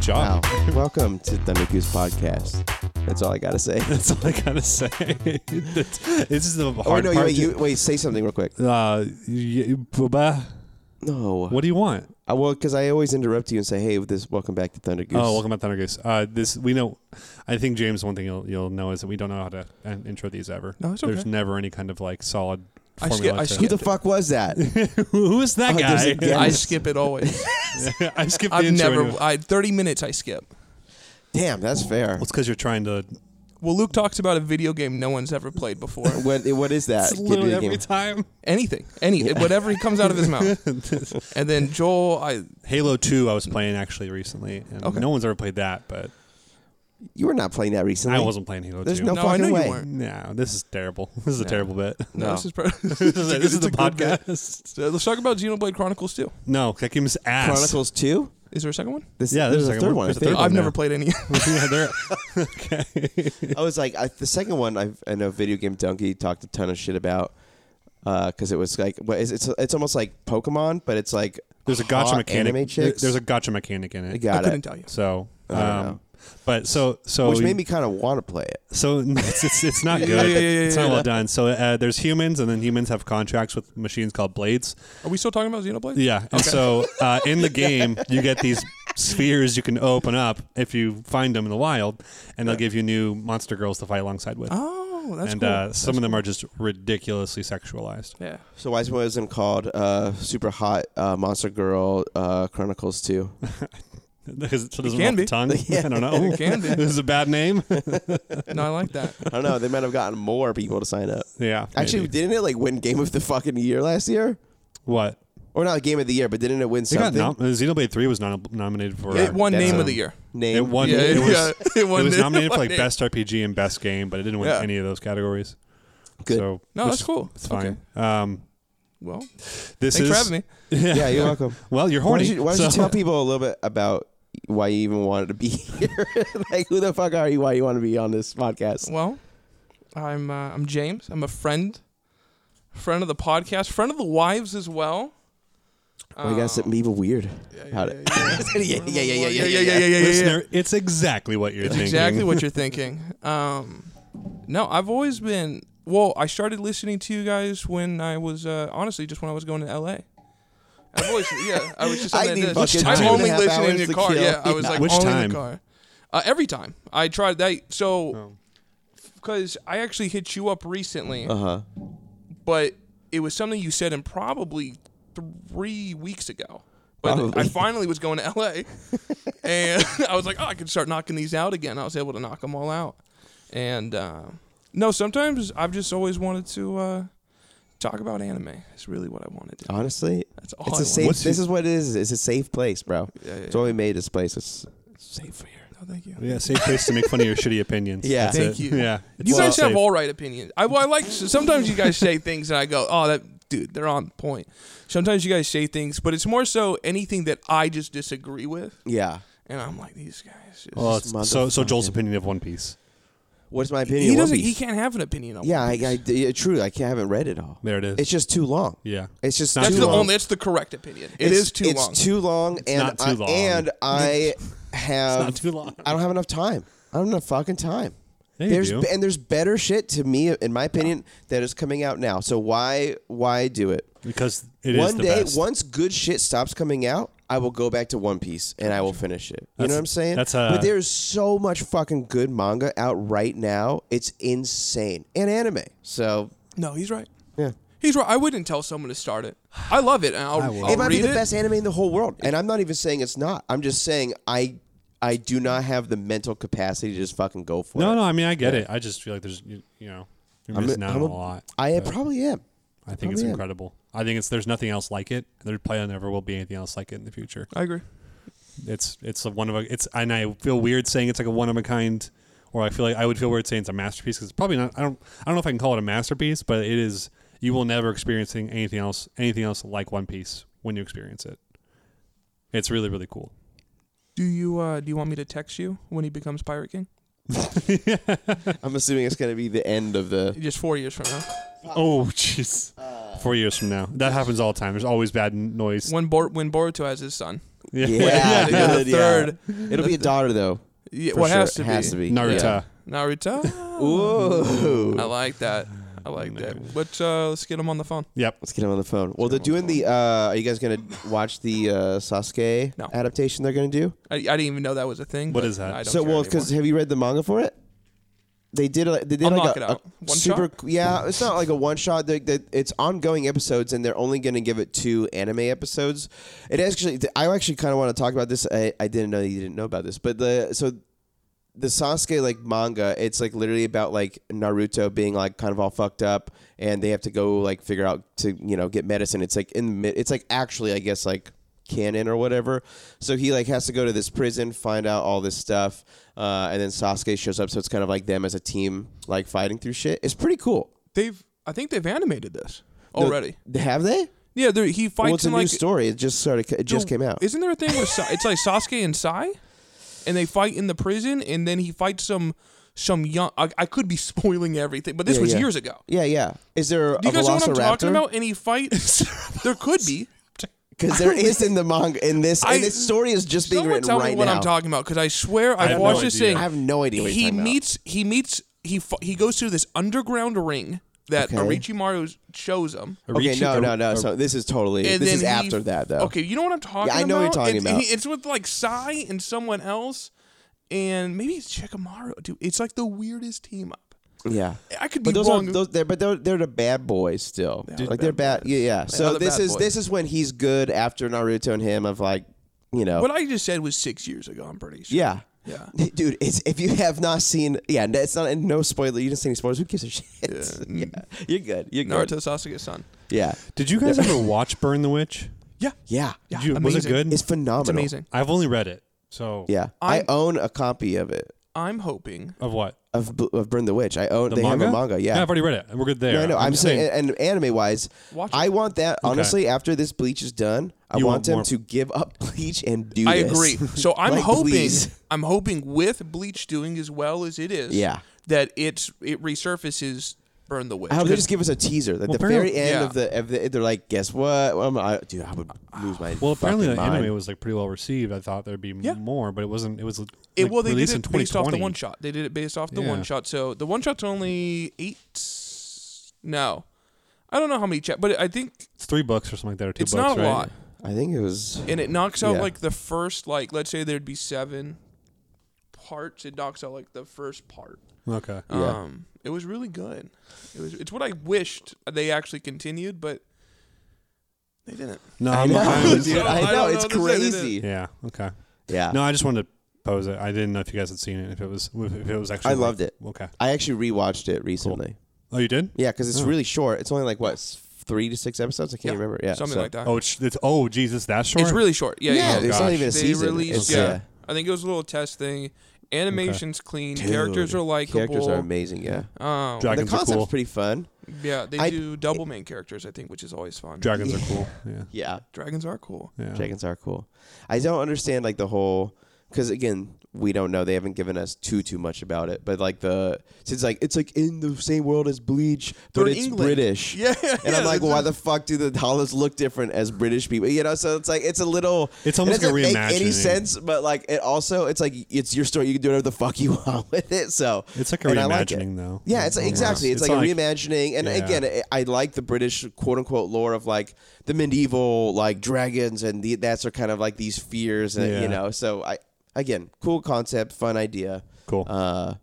job. Wow. Welcome to Thunder Goose Podcast. That's all I gotta say. That's all I gotta say. That's- this is the hard Oh no, you, part. wait, you, wait, say something real quick. to- uh, y- blah, blah. No, what do you want? Oh, I, well, because I always interrupt you and say, "Hey, with this welcome back to Thunder Goose." Oh, welcome back, Thunder Goose. Uh, this we know. I think James, one thing you'll you'll know is that we don't know how to uh, intro these ever. No, it's There's okay. never any kind of like solid I formula. skip- I to- Who the fuck was that? Who is that Oh, there's a guy? guest. I Yes. skip it always. I skipped the I've intro. never. anyway. I thirty minutes. I skip. Damn, that's fair. Well, it's because you're trying Uh, to. Well, Luke talks about a video game no one's ever played before. What what is that? It's Get literally to the every game. time. anything, anything, whatever he comes out of his mouth. and then Joel, I Halo Two, I was playing actually recently, and Okay. no one's ever played that, but You were not playing that recently. I wasn't playing Halo There's Two. no, No, I fucking know you way. weren't. No, this is terrible. This is a No. terrible bit. no, No. this is pro- this is, this is It's the a good bit. podcast. So let's talk about Xenoblade Chronicles 2. No, that game is ass. Chronicles Two. Is there a second one? This, Yeah, there's a a second third one. one. I, There's a think. third one. I've never now. played any. yeah, they're okay. I was like, I, the second one, I, I know Video Game Donkey talked a ton of shit about because it was like, what is it's it's almost like Pokemon, but it's like There's a gotcha hot mechanic. Anime there- chicks. There's a gotcha mechanic in I it. I got couldn't it, tell you. So, I don't um, know. but so so which made me kind of want to play it. so it's it's, it's not Yeah, good. yeah, yeah, it's not yeah, well yeah. done. So uh, there's humans, and then humans have contracts with machines called blades. Are we still talking about Xenoblade? Yeah, and so uh, in the game you get these spheres you can open up if you find them in the wild, and they'll give you new monster girls to fight alongside with. Oh, that's and cool. uh, some of them are just ridiculously sexualized. yeah. So why wasn't it called uh, Super Hot uh, Monster Girl uh, Chronicles Two? Because it doesn't roll can off the be. tongue. I don't know. It can be. this is a bad name. No, I like that. I don't know. They might have gotten more people to sign up. yeah. Actually, maybe. didn't it like win Game of the fucking Year last year? what? Or not Game of the Year, but didn't it win It got something? nom- Xenoblade Three was nom- nominated for. It won That's Name a- of the Year. Name. It won. Yeah, it was. yeah, it won it was Name- nominated for won like Name. best RPG and best game, but it didn't win Yeah. any of those categories. Good. So, No, which- that's cool. It's Okay. fine. Um, Well, this thanks is. for having me. Yeah. Yeah, you're welcome. Well, you're Why horny. don't, you, why don't you so- tell people a little bit about why you even wanted to be here? like, who the fuck are you? Why you want to be on this podcast? Well, I'm uh, I'm James. I'm a friend, friend of the podcast, friend of the wives as well. Um, Well, you got something evil weird about it. Oh. Yeah, yeah, yeah, yeah, yeah, yeah, yeah. yeah, Listener, it's exactly what you're thinking. exactly what you're thinking. Um, no, I've always been. Well, I started listening to you guys when I was uh, honestly just when I was going to LA. I've always yeah. I was just. on I that need disc. fucking two I'm and a only half listening hours in the to car. kill. Yeah, I was like Which only time? in the car. Uh, every time I tried that, so Oh. because I actually hit you up recently, Uh huh. but it was something you said in probably three weeks ago. But Probably. I finally was going to LA, and I was like, oh, I can start knocking these out again. I was able to knock them all out, and uh, no, sometimes I've just always wanted to uh, talk about anime. It's really what I wanted to. do. Honestly, That's all. it's I a safe. wanted. This is what it is. It's a safe place, bro. Yeah, yeah, It's why we made this place. It's safe for here. No, thank you. Yeah, safe place to make fun of your shitty opinions. Yeah. That's it. Thank you. Yeah, You Well, guys have safe. all right opinions. I, well, I like sometimes you guys say things and I go, "Oh, that dude, they're on point." Sometimes you guys say things, but it's more so anything that I just disagree with. yeah. And I'm like, these guys. Just, Well, it's- This so so Joel's motherfucking- opinion of One Piece. What's my opinion? he of One doesn't. He Piece? can't have an opinion on. Yeah, One I, Piece. I, yeah, true. I can't, I haven't read it all. There it is. It's just too long. yeah. It's just That's too that's the long. only. That's the correct opinion. It it's, is too it's long. too long, and not too I, long. and I have not too long. I don't have enough time. I don't have enough fucking time. Yeah, you there's do. and there's better shit to me, in my opinion, that is coming out now. So why why do it? because it is one the day, best. once good shit stops coming out, I will go back to One Piece and I will finish it. you know That's- what I'm saying? that's, uh, but there's so much fucking good manga out right now. It's insane and anime. So no, he's right. yeah. He's right. I wouldn't tell someone to start it. I love it, and I'll, will. I'll it might read be the it. best anime in the whole world, and I'm not even saying it's not. I'm just saying I I do not have the mental capacity to just fucking go for no, it. no. I mean, I get it. I just feel like there's you, you know you're I'm a- missing out I'm on a a- lot. I probably am. I think it's probably am. incredible. I think it's there's nothing else like it. There probably never will be anything else like it in the future. I agree. It's it's a one of a it's and I feel weird saying it's like a one of a kind, or I feel like I would feel weird saying it's a masterpiece because it's probably not. I don't I don't know if I can call it a masterpiece, but it is. You will never experience anything else anything else like One Piece when you experience it. It's really really cool. Do you uh, do you want me to text you when he becomes Pirate King? I'm assuming it's gonna be the end of the. Just four years from now, Oh, Uh, jeez. Four years from now, that happens all the time. There's always bad n- noise. when Bor- when Boruto has his son. Yeah. Yeah, Yeah, the dude, yeah. third- It'll be a daughter though. Yeah, for well, it sure. has to It be. has to be. Naruto. Yeah. Naruto. Ooh. I like that. I like that. But uh, let's get him on the phone. Yep. Let's get him on the phone. Well, they're doing the. Uh, are you guys gonna watch the uh, Sasuke No. adaptation they're gonna do? I, I didn't even know that was a thing. What but is that? I don't So, care well, because anymore. have you read the manga for it? They did. A, they did I'll like knock a, it out. a One super. Yeah, it's not like a one shot. They, they, it's ongoing episodes, and they're only going to give it two anime episodes. It actually. I actually kind of want to talk about this. I, I didn't know you didn't know about this, but the so the Sasuke like manga, it's like literally about like Naruto being like kind of all fucked up, and they have to go like figure out to you know get medicine. It's like in the mid, it's like actually I guess like canon or whatever. So he like has to go to this prison, find out all this stuff, uh, and then Sasuke shows up. So it's kind of like them as a team like fighting through shit. It's pretty cool. they've, I think they've animated this The- already. have they? yeah, there- he fights Well, it's a in new like story. It just started. It just the- came out. Isn't there a thing where Sa- it's like Sasuke and Sai, and they fight in the prison, and then he fights some some young. I, I could be spoiling everything, but this Yeah, was yeah. years ago. Yeah, yeah. Is there Do you a guys know what I'm talking Velociraptor? about? Any fight? there could be. Because there is in the manga in this, I- and this story is just being Someone written tell right me what now. I'm talking about because I swear have I've no watched this idea. thing. I have no idea what you're he talking meets he meets he fu- he goes through this underground ring that Okay. Orochimaru shows him. about. Okay, Arichi- no, or- no, no. or- So this is totally. And This then is he- after that, though. Okay, you know what I'm talking about. I know what you're talking it's, about. he- it's with like Sai and someone else, and maybe it's Chikamaru. Dude, it's like the weirdest team up. Yeah. I could be But those are wrong. those, they're, but they're they're the bad boys still. are like the they're bad. bad Yeah, yeah. So the this bad is boys. this is when he's good after Naruto and him of like, you know. what I just said was six years ago. I'm pretty sure. yeah. Yeah. Dude, it's if you have not seen, yeah, it's not no spoiler. You didn't see any spoilers. Who gives a shit? mm. Yeah, you're good. You're good. Naruto Sasuke's son. Yeah, Did you guys ever watch Burn the Witch? Yeah, yeah. Did you, was it amazing. good? It's phenomenal. it's amazing. I've only read it. So Yeah, I I'm- own a copy of it. I'm hoping. Of what? of, Bl- of Burn the Witch. I own. The they manga? have a manga. Yeah. I've already read it. We're good there. no, no. I'm, saying, and, anime wise, Watch it. I want that. Honestly, after this Bleach is done, I You want want, them more. to give up Bleach and do. I this. agree. So I'm Like, hoping. please. I'm hoping with Bleach doing as well as it is. Yeah. That it's it resurfaces. Burn the witch. I hope they just give us a teaser. Like the Burn- very end Yeah. of the, of the, they're like, guess what? Um, I, dude, I would lose my. Well, apparently the fucking mind. anime was like pretty well received. I thought there'd be Yeah. more, but it wasn't. It was like, It, well, they did released in it based off the 2020. one shot. They did it based off the Yeah. one shot. So the one shot's only eight. No, I don't know how many chap, but I think It's three books or something like that, or two it's books. not a right? lot, I think it was. and it knocks out Yeah. like the first like let's say there'd be seven parts. It knocks out like the first part. Okay. Yeah. Um, it was really good. It was. It's what I wished they actually continued, but they didn't. No, I I'm, know, I'm- dude, I I don't know. know It's what to say to crazy. yeah. Okay. Yeah. No, I just wanted to pose it. I didn't know if you guys had seen it. If it was, if it was actually. I loved it. Okay. I actually rewatched it recently. Oh, you did? Yeah, because it's Oh. really short. It's only like what s- three to six episodes. I can't Yeah, remember. Yeah, something so- like that. Oh, it's, it's oh Jesus, that's short. It's really short. Yeah, Yeah, Oh, it's not gosh. even a they season. released. It's, Yeah. uh, I think it was a little test thing. Animation's clean. dude, characters are likable. Characters are amazing. Yeah. Um, Drag- Dragons the are concept's cool. pretty fun. yeah, they I- do double main characters, I think, which is always fun. Dragons are cool. Yeah. Yeah, Dragons are cool. Yeah. dragons are cool. I don't understand like the whole because again we don't know they haven't given us too too much about it. But like the since like it's like in the same world as Bleach, They're but in it's England. British. Yeah, And I'm yeah, like, it's- why the fuck do the dollars look different as British people? You know, so it's like it's a little. It's almost it doesn't like a make any reimagining. sense, but like it also it's like it's your story. You can do whatever the fuck you want with it. So It's like a and I like it. reimagining, though. Yeah, it's Almost. exactly. It's, It's like, like- a reimagining, and Yeah. again, I I like the British quote unquote lore of like the medieval like dragons and the, that's are kind of like these fears, and Yeah. you know. So I again, cool concept, fun idea. Cool. Uh,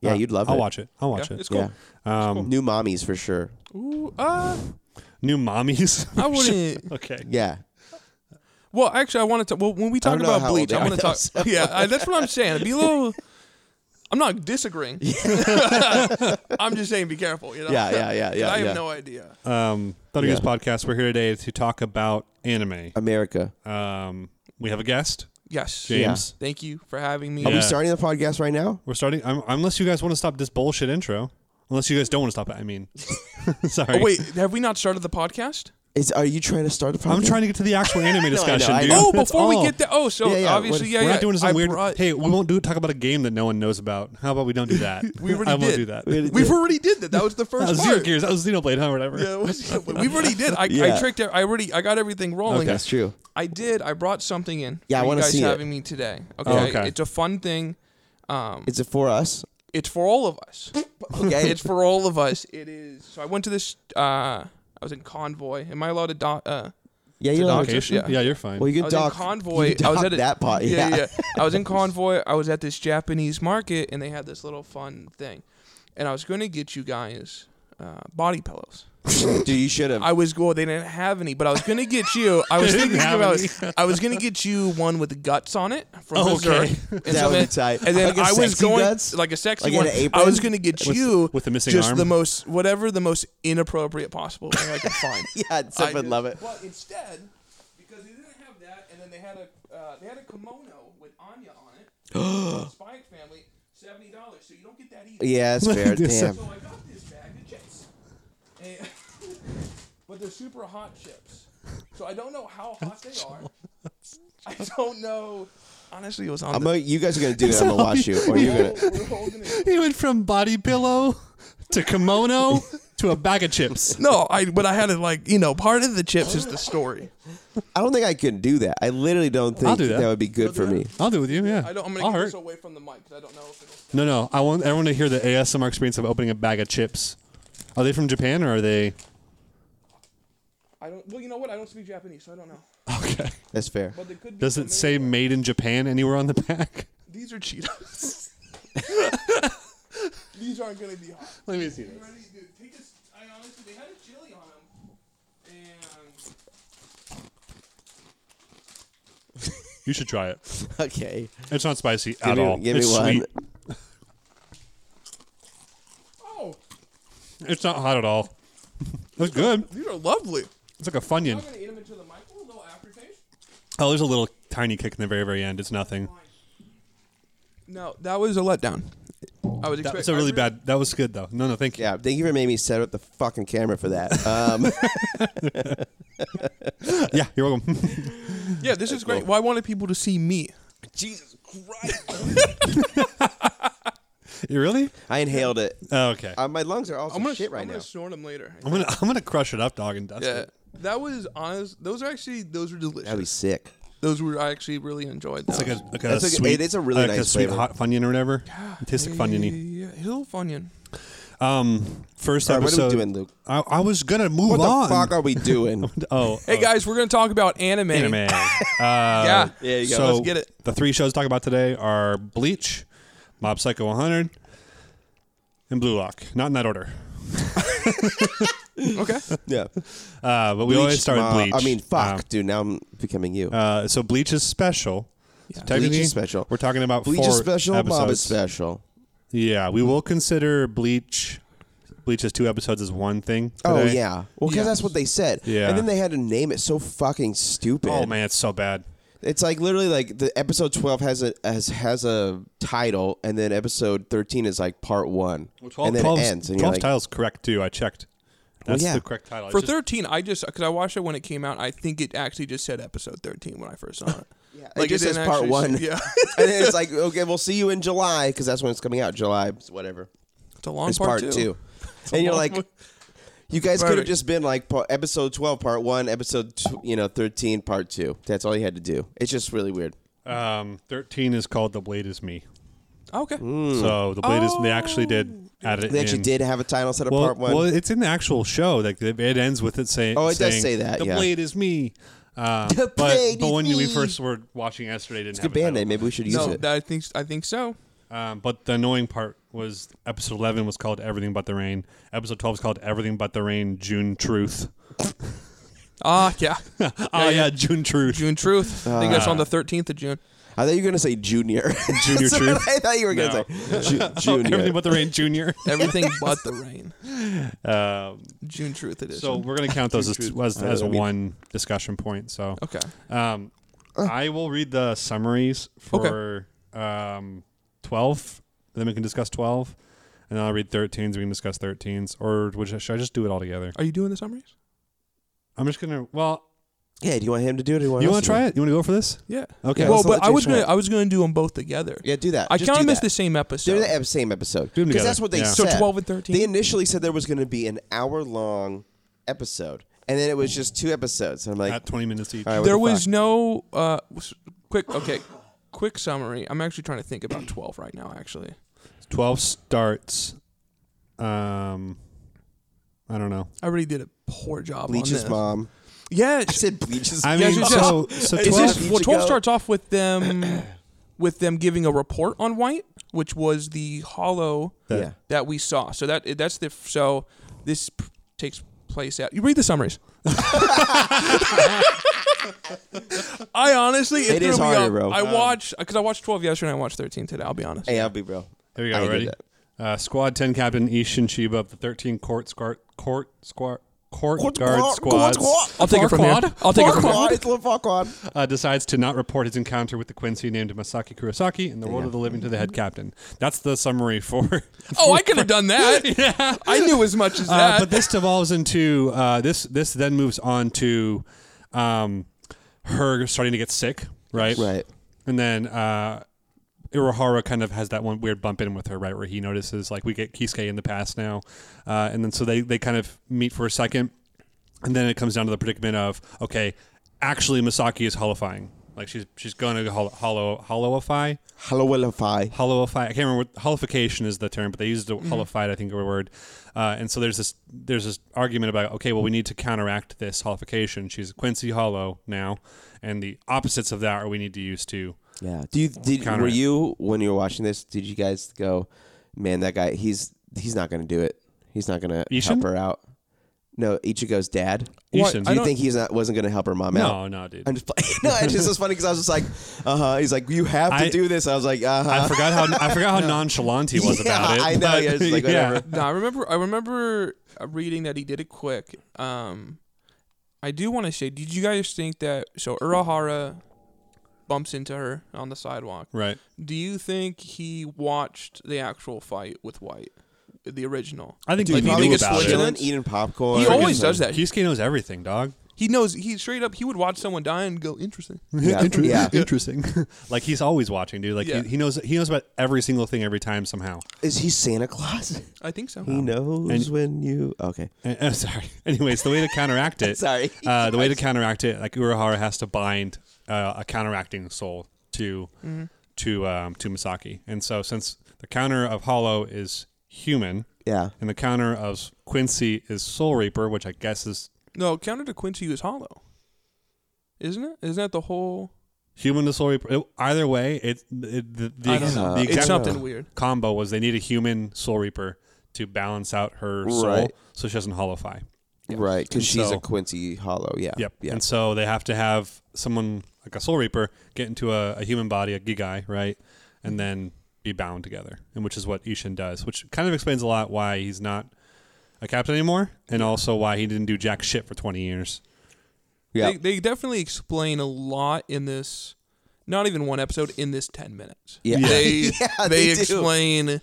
yeah, Uh, you'd love I'll it. watch it. I'll watch Yeah, it. it's cool. Um, New mommies for sure. Ooh, uh, New mommies. I wouldn't. okay. Yeah, Well, actually, I want to. Well, when we talk don't know about how old Bleach, they I are, want to though, so- talk. Yeah, I, that's what I'm saying. It'd Be a little. I'm not disagreeing. I'm just saying, be careful. You know? Yeah, yeah, yeah, yeah, I have yeah. no idea. Um, Thunder Yeah. Goose Podcast. We're here today to talk about anime. America. Um, we have a guest, Yes, James. Thank you for having me. Are we Yeah. starting the podcast right now? We're starting um, unless you guys want to stop this bullshit intro. Unless you guys don't want to stop it. I mean, sorry. Oh, wait, have we not started the podcast? Is are you trying to start the podcast? I'm trying to get to the actual anime discussion, I dude. know. Oh, That's before all. we get there. Oh, so Yeah, yeah, obviously, what- yeah, we're yeah. not doing some I weird. brought- hey, we won't do talk about a game that no one knows about. How about we don't do that? We already I won't did. do that. We- We've already did that. That was the That first was Zero part. Gears. That was Xenoblade, huh? Whatever. Yeah, it was- we've already did. I, I Yeah. tricked. it- I already. I got everything rolling. That's true. I did. I brought something in. Yeah, I for you wanna guys see it. having me today. Okay? Oh, okay. it's a fun thing. Um, Is it for us? it's for all of us. Okay. it's for all of us. It is. So I went to this. Uh, I was in convoy. Am I allowed to? doc uh, yeah, you know. Location? yeah. Yeah. you're fine. Well, you I can was in dock. convoy. You can I was dock at a- that pot. Yeah. I was in convoy. I was at this Japanese market, and they had this little fun thing, and I was going to get you guys uh, body pillows. Dude, you should have. I was well, they didn't have any, but I was gonna get you. I was They thinking didn't have about. any. I was gonna get you one with guts on it from Oh, Berserk. okay. And That so would be then- tight. And then Like a I was sexy going guts? like a sexy Like in one. an apron? I was gonna get With- you with the missing just arm? the most whatever the most inappropriate possible thing I could find. yeah, I Seth would just- love it. Well, instead, because they didn't have that, and then they had a uh, they had a kimono with Anya on it. Spike family, seventy dollars. So you don't get that either. Yeah, that's fair. Dude, Seth- Damn. So I got this bag of chips. And- but they're super hot chips. So I don't know how hot they are. I don't know. Honestly, it was on I'm the. gonna, you guys are gonna do it. I'm gonna watch you, or you're gonna. We're holding it. He went from body pillow to kimono to a bag of chips. No, I but I had it like you know part of the chips is the story. I don't think I can do that. I literally don't think do that. that. would be good for me. I'll do it with you. Yeah, I don't. I'm gonna I'll get hurt. this away from the mic because I don't know if it'll. No, no. I want everyone to hear the ASMR experience of opening a bag of chips. Are they from Japan or are they? I don't. Well, you know what? I don't speak Japanese, so I don't know. Okay. That's fair. But they could. Be Does familiar. it say "Made in Japan" anywhere on the back? These are Cheetos. These aren't gonna be hot. Let me see You ready, dude? Take this. I honestly, they had a chili on them, and. You should try it. Okay. It's not spicy Give at me, all. give me it's one. sweet. Oh, It's not hot at all. It's good. these are lovely. It's like a funyun. I'm gonna eat them into the mic. A little aftertaste. Oh, there's a little tiny kick in the very, very end. It's nothing. No, that was a letdown. I That was. expecting. was a really bad. That was good though. No, no, thank you. Yeah. Thank you for making me set up the fucking camera for that. Um, Yeah, you're welcome. Yeah, this is great. Why wanted people to see me? Jesus Christ! you really? I inhaled it. Oh, okay. Uh, my lungs are also I'm gonna shit right I'm now. gonna snort them later. I'm gonna I'm gonna crush it up, dog, and dust Yeah, it. that was honest. Those are actually those were That'd be delicious. sick. Those were I actually really enjoyed. That. It's like a like a That's like- sweet. it is a really like a nice sweet flavor. hot funyun or wtastic It tastes like funyuny. Yeah, hill funyun. Um, first All right, what are we episode. doing, Luke? I, I was gonna move What on. the fuck are we doing? Oh, Hey oh, guys, we're gonna talk about anime. Uh, anime. Yeah. Yeah, you got so Let's get it. the three shows to talk about today are Bleach, Mob Psycho 100, and Blue Lock. Not in that order. Okay. yeah. Uh, but we always start uh, with Bleach. I mean, fuck, Um, dude. Now I'm becoming you. uh, so Bleach is special. So technically, Bleach is special. We're talking about Bleach four is special. Episodes. Bob is special. Yeah, we will consider Bleach. Bleach's two episodes as one thing. Oh today. yeah. Well, because Yeah. that's what they said. Yeah. And then they had to name it so fucking stupid. Oh man, it's so bad. It's like literally like the episode twelve has a has has a title, and then episode thirteen is like part one, and then it 12's ends. And 12 you're like, titles correct too. I checked. That's yeah. the correct title. It's For just- 13, I just because I watched it when it came out, I think it actually just said episode 13 when I first saw it. Yeah, it like just says didn't part actually one. say- yeah, and then it's like, okay, we'll see you in July because that's when it's coming out. July, whatever. it's a long It's part, two, and you're long like, one. you guys could have Perfect. just been like pa- episode twelve, part one, episode tw- you know thirteen, part two. That's all you had to do. It's just really weird. Um, thirteen is called "The Blade Is Me." Ah, Okay. Mm, So the blade is they actually did add it. Hmm. They actually in. did have a title set of Well, part one. well, it's in the actual show. Like it it ends with it saying. Oh, it does saying, say that, The yeah. blade is me. Uh, The but blade but is when we me. first were watching yesterday, it didn't it's a have good a band name. title. Maybe we should use No, it. that, I think I think so. Um, but the annoying part was episode eleven was called "Everything But the Rain." Episode twelve is called "Everything But the Rain." June Truth. Ah, yeah. oh yeah, June Truth. June Truth. I think that's Ah. on the 13th of June. I thought you were gonna say junior. Junior That's what Truth. I thought you were gonna say ju- junior. Oh, Everything But the Rain, Junior. Everything but the rain. Um, June Truth. It is. so we're gonna count those as as, uh, I as mean- one discussion point. So okay. Um, Uh. I will read the summaries for um, 12, and then we can discuss 12. And then I'll read 13s, we can discuss 13s. Or which, should I just do it all together? Are you doing the summaries? I'm just going to, well, Yeah, do you want him to do it? Or do you want you us want to do try it? You want to go for this? Yeah. Okay. Yeah, well, let's but let I you was try gonna it. I was gonna do them both together. Yeah, do that. I Just kind of do missed that. the same episode. They're the ep- same episode Do them because together. that's what they Yeah. so said. 12 and 13. They initially said there was going to be an hour long episode, and then it was just two episodes. And I'm like, at 20 minutes each. all right, what there the was fuck? no uh, s- quick. Okay, quick summary. I'm actually trying to think about twelve right now. Actually, 12 starts. Um, I don't know. I really did a poor job. on Bleach's this. mom. Yeah, I said Bleach's. I Yeah, mean, just- so, so 12, Is this, Twelve well, each twelve ago. starts off with them, with them giving a report on White, which was the hollow that- yeah. that we saw. So that that's the so this p- takes place at. You read the summaries. I honestly, it, It is threw me harder, off. bro. I Um, watched because I watched twelve yesterday. and I watched thirteen today. I'll be honest. Hey, I'll be real. Here we I go. did Ready? that. Uh, squad 10 Captain Ishin Shiba of the 13 Court Squad Court Squad Court Guard Squads I'll take it from here. Farquad? I'll take it from Farquaad, here. It's little Farquaad. uh, decides to not report his encounter with the Quincy named Masaki Kurosaki in the world of the living to the head captain. That's the summary for. Oh, I could have done that. I knew as much as Uh, that. but this devolves into uh, this. This then moves on to um, her starting to get sick, right? Right. And then uh, Iwahara kind of has that one weird bump in with her, right, where he notices like we get Kisuke in the past now, uh, and then so they they kind of meet for a second, and then it comes down to the predicament of okay, actually Masaki is hollowfying. Like she's she's going to hollow hollow hollowify Halloweenify. hollowify. I can't remember what hollification is the term, but they used the hollified, I think, a word. Uh, and so there's this there's this argument about okay, well, we need to counteract this hollification. She's Quincy Hollow now, and the opposites of that are we need to use to. Yeah. Do you did Counter were it. you when you were watching this? Did you guys go, man? That guy. He's he's not gonna do it. He's not gonna Ishin? help her out. No, Ichigo's dad. What? Ishin. I Do you don't- think he's not wasn't gonna help her mom out? no, no, dude. I'm just playing. no, it's just it's funny because I was just like, uh huh. He's like, you have to I- do this. I was like, uh I huh. forgot how I forgot how nonchalant he was Yeah, about it. I know, but- yeah, it's like, whatever. no, I remember. I remember uh, reading that he did it quick. Um, I do want to say, did you guys think that? So Urahara bumps into her on the sidewalk. Right. Do you think he watched the actual fight with White, the original? I think Dude, he he knew was about it. chilling, eating popcorn. He always does that. He, Kisuke knows everything, dog. he knows. He straight up. He would watch someone die and go, "Interesting." Yeah, Inter- yeah. Interesting. like he's always watching, dude. Like Yeah. he, he knows he knows about every single thing every time somehow. Is he Santa Claus? I think so. He knows Oh. and- when you. Okay. And, uh, sorry. Anyways, the way to counteract it. Sorry. Uh, the way to counteract it, like Urahara has to bind uh, a counteracting soul to Mm-hmm. to um, to Misaki, and so since the counter of Hollow is human, Yeah. and the counter of Quincy is Soul Reaper, which I guess is No, counter to Quincy was hollow, isn't it? Isn't that the whole? human to Soul Reaper. Either way, it, it the, the, I don't know. the it's exact something weird. combo was they need a human Soul Reaper to balance out her soul, Right. so she doesn't hollowfy. Right. Because she's so- a Quincy Hollow. Yeah. Yep. Yeah. And so they have to have someone like a Soul Reaper get into a, a human body, a Gigai, right? And then be bound together, and which is what Ishin does, which kind of explains a lot why he's not a captain anymore, and also why he didn't do jack shit for 20 years. yeah. They, they definitely explain a lot in this, not even one episode, in this 10 minutes. Yeah. They, Yeah, they, they do. explain,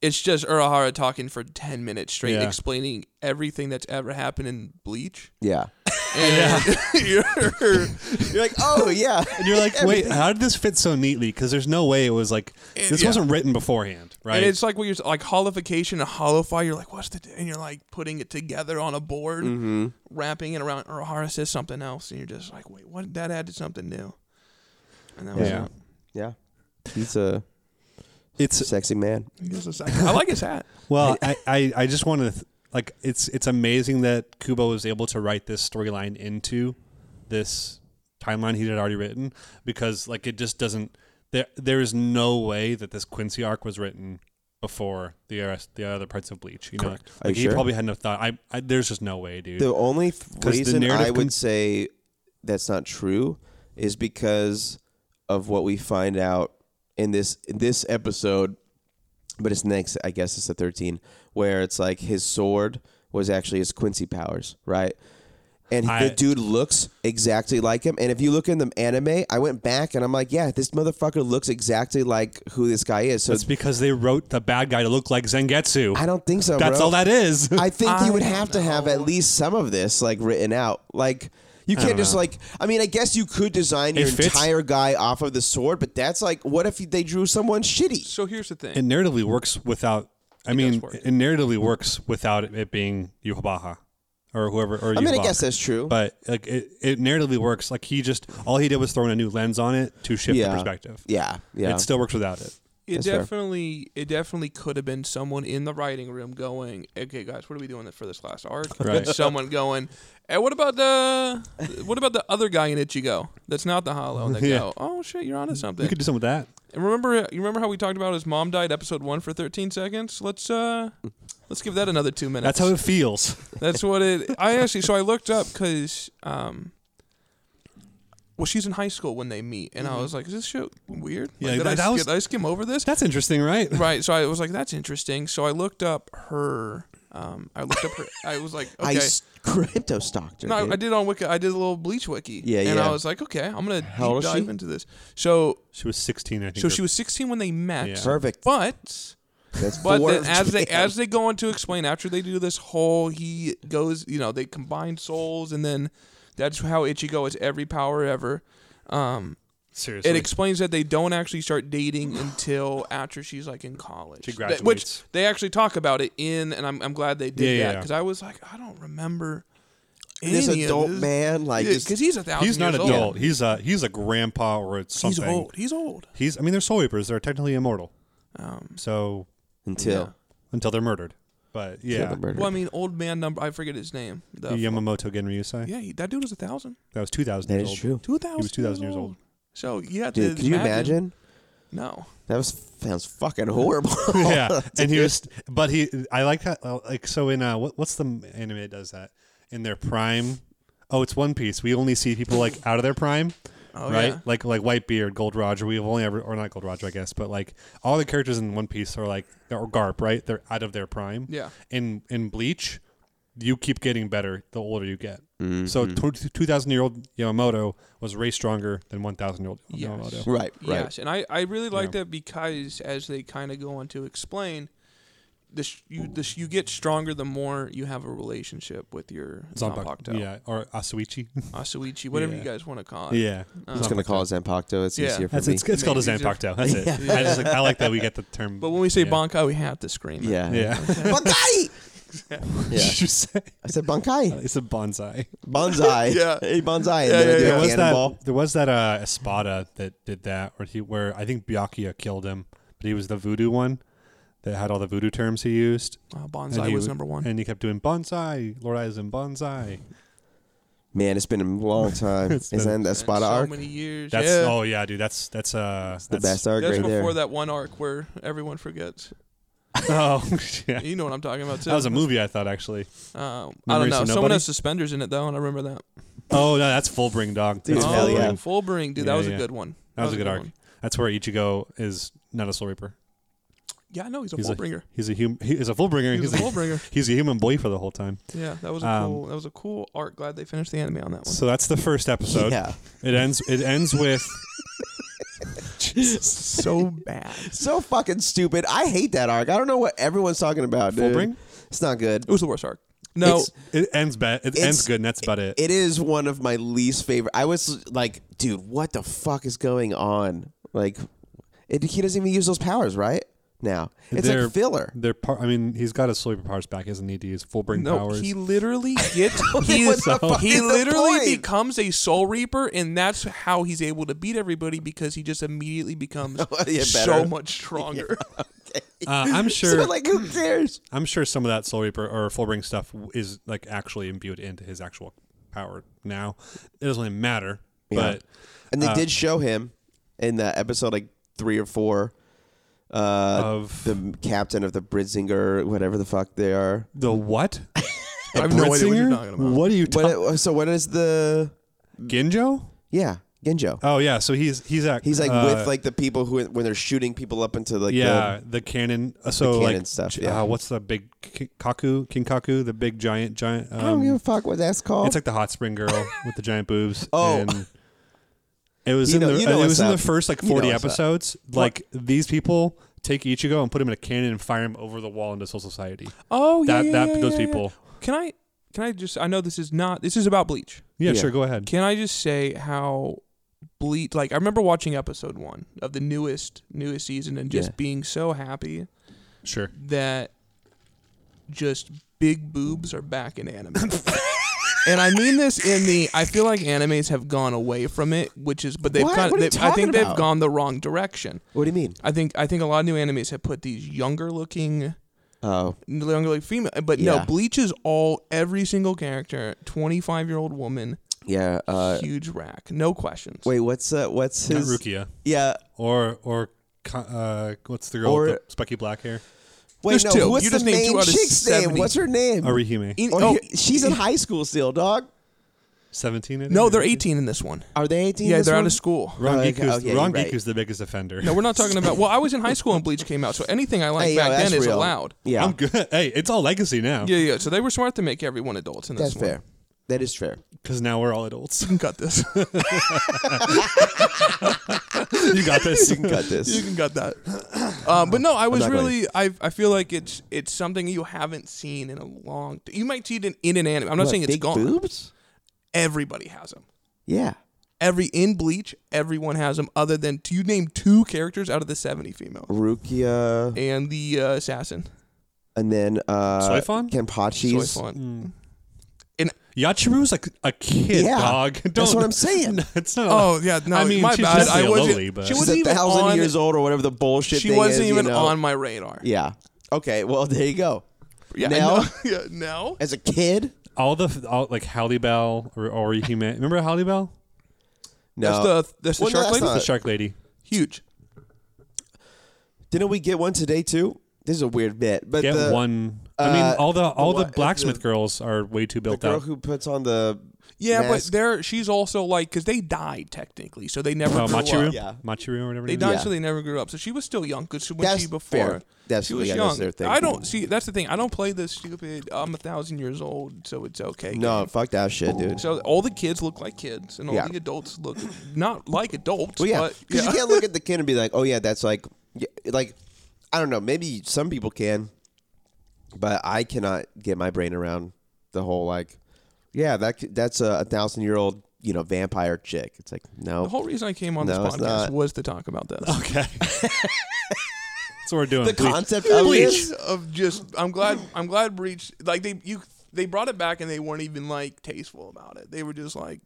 it's just Urahara talking for 10 minutes straight, Yeah. explaining everything that's ever happened in Bleach. yeah. And you're- You're like, oh yeah. And you're like, wait, how did this fit so neatly? Because there's no way it was like this yeah. wasn't written beforehand, right? And it's like what you're like holification and holify. You're like, what's the di-" and you're like putting it together on a board, wrapping it around. Urahara says something else, and you're just like, wait, what? That added something new. And that was Yeah. yeah. yeah. He's a it's sexy man. I like his hat. Well, I, I, I just want to th- like it's it's amazing that Kubo was able to write this storyline into this timeline he had already written because like it just doesn't there there is no way that this Quincy arc was written before the rest the other parts of Bleach. You know, like, Are you he sure? probably had enough thought. I, I there's just no way, dude. The only th- 'Cause the reason narrative I would con- say that's not true is because of what we find out in this in this episode, but it's next. I guess it's the thirteen where it's like his sword was actually his Quincy powers, right? And I- the dude looks exactly like him. And if you look in the anime, I went back and I'm like, yeah, this motherfucker looks exactly like who this guy is. So That's because they wrote the bad guy to look like Zengetsu. I don't think so. That's bro. all that is. I think I you would don't have to have at least some of this like written out. Like you can't just like I mean, I guess you could design your fits. entire guy off of the sword, but that's like what if they drew someone shitty? So here's the thing. it narratively works without. I mean, work. it narratively works without it being Yuhabaha or whoever. Or I'm gonna Yuvok. guess that's true. But like it, it narratively works. Like he just all he did was throw in a new lens on it to shift yeah. the perspective. Yeah, yeah. It still works without it. It That's fair. definitely, it definitely could have been someone in the writing room going, "Okay, guys, what are we doing for this last arc?" Right. Someone going, "Hey, what about the, what about the other guy in Ichigo? That's not the Hollow." And they Yeah. go, "Oh shit, you're onto something." You could do something with that. And remember, you remember how we talked about his mom died episode one for 13 seconds? Let's uh, let's give that another two That's minutes. how it feels. That's what it. I actually. So I looked up because, um, well, she's in high school when they meet, and I was like, "Is this shit weird? Like, Mm-hmm. Yeah, did, that- I that skip, was- did I skim over this?" That's interesting, right? right. So I was like, "That's interesting." So I looked up her. Um, I looked up her. I was like, I "Okay." s- crypto stalked her. no, I, dude. I did on Wiki. I did a little Bleach Wiki. Yeah, And yeah. I was like, "Okay, I'm gonna How old deep is dive she? into this." So, She was 16, I think. so she was 16 when they met. Yeah. Perfect. But That's but four. then as they damn. as they go on to explain after they do this whole he goes you know they combine souls and then that's how Ichigo has every power ever. Um, seriously. it explains that they don't actually start dating until after she's like in college, She That- graduates. which they actually talk about it in, and I'm I'm glad they did Yeah, yeah, that yeah. because I was like I don't remember this any of adult this. man, like, just- because he's a thousand. he's not years adult. Old. He's a he's a grandpa or it's He's something. old. He's old. He's- I mean they're soul reapers. They're technically immortal. Um, So until until they're murdered. But yeah. Kevin Murder. well, I mean, old man number. I forget his name. The, Yamamoto Genryusai. yeah, he, that dude was a thousand. That was 2000 that years is old. true. Two thousand. 2,000 years old. So yeah, Dude, could you imagine? No, That was sounds fucking horrible. yeah, and he was, but he, I like that. uh, Like so, in uh, what, what's the anime that does that? In their prime, oh, it's One Piece. We only see people like out of their prime, Oh, right? yeah. Like like Whitebeard, Gold Roger. We've only ever, or not Gold Roger, I guess, but like all the characters in One Piece are like or Garp, right? They're out of their prime. Yeah. In in Bleach, you keep getting better the older you get. So Mm-hmm. tw- two thousand year old Yamamoto was way stronger than one thousand year old Yes. Yamamoto. right, right. yes, and I, I really like that because as they kind of go on to explain, this you this you get stronger the more you have a relationship with your Zanpakuto, yeah, or Asuichi. Asuichi, whatever Yeah. you guys want to call it. yeah, I'm just gonna call it Zanpakuto. It's Yeah. easier for That's me. it's, it's called a uh, Maybe just- Zanpakuto. That's it. I just like, I like that we get the term. But when we say yeah. Bankai, we have to scream. it. yeah. yeah. Bankai. yeah. Did you say I said Bankai. it's a bonsai? Bonsai. Yeah. Hey, Bonsai. And Yeah, then I do a yeah, yeah. There was cannonball. that. There was that uh, Espada that did that, where he, where I think Byakuya killed him, but he was the voodoo one that had all the voodoo terms he used. Uh, And Bonsai he was would- number one. and he kept doing bonsai, Lord Aizen bonsai. Man, it's been a long time. It's Isn't been- that that And spot so arc? many years. That's yeah. oh yeah, dude. That's that's uh It's the best arc That's right before there. that one arc where everyone forgets. Oh yeah, You know what I'm talking about too. that was a movie I thought actually. Um, I don't Memories know. of Someone Nobody? has suspenders in it though, and I remember that. Oh, Oh no, that's Fullbring Dog. Dude, That's hell Fullbring. yeah. Fullbring, dude, Yeah, that was yeah. a good one. That was a good arc. one. That's where Ichigo is not a Soul Reaper. Yeah, I know he's a He's a- Fullbringer. He's a human. He is a full bringer. He He's, was a a, Fullbringer. he's a human boy for the whole time. Yeah, that was a Um, cool. That was a cool arc. Glad they finished the anime on that one. So that's the first episode. yeah. It ends. It ends with. so bad. So fucking stupid. I hate that arc. I don't know what everyone's talking about, dude. Fullbring? It's not good. It was the worst arc. No, It's- It ends bad. It ends It's- good, and that's about it. It is one of my least favorite. I was like, dude, what the fuck is going on? Like, it, he doesn't even use those powers right now. It's They're- like filler. They're par- I mean, he's got his soul reaper powers back. He doesn't need to use full bring no, powers. he literally gets. he What is- the fuck he is the literally point? becomes a Soul Reaper, and that's how he's able to beat everybody because he just immediately becomes Yeah, so better. much stronger. uh, I'm So, sure. like, who cares? I'm sure some of that soul reaper or full bring stuff w- is like actually imbued into his actual power now. It doesn't really matter. But And they Uh, did show him in the episode like three or four. Uh, Of- the captain of the Britzinger, whatever the fuck they are. the what? I have no idea what you're Ritzinger? talking about. What are you talking? What, so what is the? Ginjo? Yeah, Genjo. Oh yeah. So he's he's at He's like uh, with like the people who when they're shooting people up into like yeah, the, cannon. uh, So cannon like, stuff, j- yeah. uh, what's the big K- Kaku King Kaku, the big giant giant? The, I don't give Um, a fuck what that's called. it's like the hot spring girl with the giant boobs. Oh. and it was You in know- the uh, you know it what's was in up. the first like You know forty what's up. episodes. Like these people take Ichigo and put him in a cannon and fire him over the wall into Soul Society. oh yeah, That yeah, that yeah, those yeah, yeah. people. Can I? Can I just? I know this is not. This is about Bleach. Yeah, Yeah. sure. Go ahead. Can I just say how bleat like I remember watching episode 1 of the newest newest season and just Yeah. being so happy Sure. that just big boobs are back in anime. and I mean this in the I feel like animes have gone away from it, which is but they've What? kind What of are you they, I talking think about? they've gone the wrong direction. What do you mean? I think I think a lot of new animes have put these younger looking Oh, younger like female but no Yeah. Bleach is all every single character 25 year old woman yeah. Uh, huge rack no questions wait, what's uh, what's Not his? Rukia. Yeah. Or or co- uh, what's the girl Or- with the specky black hair? Wait, There's no. two. What's You the just named main two out of chick's 70. name? What's her name? Arihime. In- Oh, oh, he- she's in high school still, dog. Seventeen. I think, no or they're 18. 18 in this one Are they eighteen? yeah this they're out one? of school Ron Oh, okay, Giku's, okay, Ron you're right. Giku's the biggest offender. No, we're not talking about. Well, I was in high school when Bleach came out, so anything I liked Hey, yo, back that's then is real. allowed. Yeah, I'm good. Hey, it's all legacy now Yeah, yeah. So they were smart to make everyone adults in this that's one. fair. That is fair. because now we're all adults. You can cut this. you got this. You can cut you this. can cut that. Um, but no, I was not going really. I I feel like it's it's something you haven't seen in a long. You might see it in, in an anime. I'm not What, saying it's big gone. boobs? Everybody has them. Yeah. Every in Bleach, everyone has them. Other than you name two characters out of the 70 female Rukia, and the uh, assassin. and then uh, Soifon? Kenpachi's. Soy font. Hmm. Yachiru's like a kid, Yeah, dog. Don't, that's what I'm saying. No, it's not. Oh yeah, no, I mean, my she's bad. definitely I a wasn't. lowly, but- She's She She's wasn't a even thousand on. years old or whatever the bullshit. she thing wasn't is, you even know? on my radar. Yeah. Okay. Well, there you go. Yeah, Now- no, yeah, now. As a kid, all the f- all, like Halle Bell or Orihime. Remember Halle Bell, no. That's the that's the Well, no, shark that's lady. not- the shark lady? Huge. Didn't we get one today too? This is a weird bit, but Get the, one. I mean, uh, all the all the, one- blacksmith girls are way too the built girl out. who puts on the Yeah, mask- but there she's also like because they died technically, so they never Oh, grew Machiru, up. Yeah. Machiru or whatever. They it is. died, Yeah. so they never grew up. So she was still young because when That's she before fair. That's- she was yeah, that's young. their thing. I don't see. That's the thing. I don't play this stupid. I'm a thousand years old, so it's okay. no, game. fuck that shit, dude. So all the kids look like kids, and all Yeah. the adults look not like adults. Well, yeah, but because you can't look at the kid and be like, "Oh yeah, that's like, y- like, I don't know. Maybe some people can, but I cannot get my brain around the whole like, yeah, that c- that's a, a thousand year old you know vampire chick. It's like The no, whole reason I came on No, this it's podcast not. was to talk about this. Okay. That's what we're doing. the Please. concept of this. of just I'm glad I'm glad Breach like they you they brought it back and they weren't even like tasteful about it. They were just like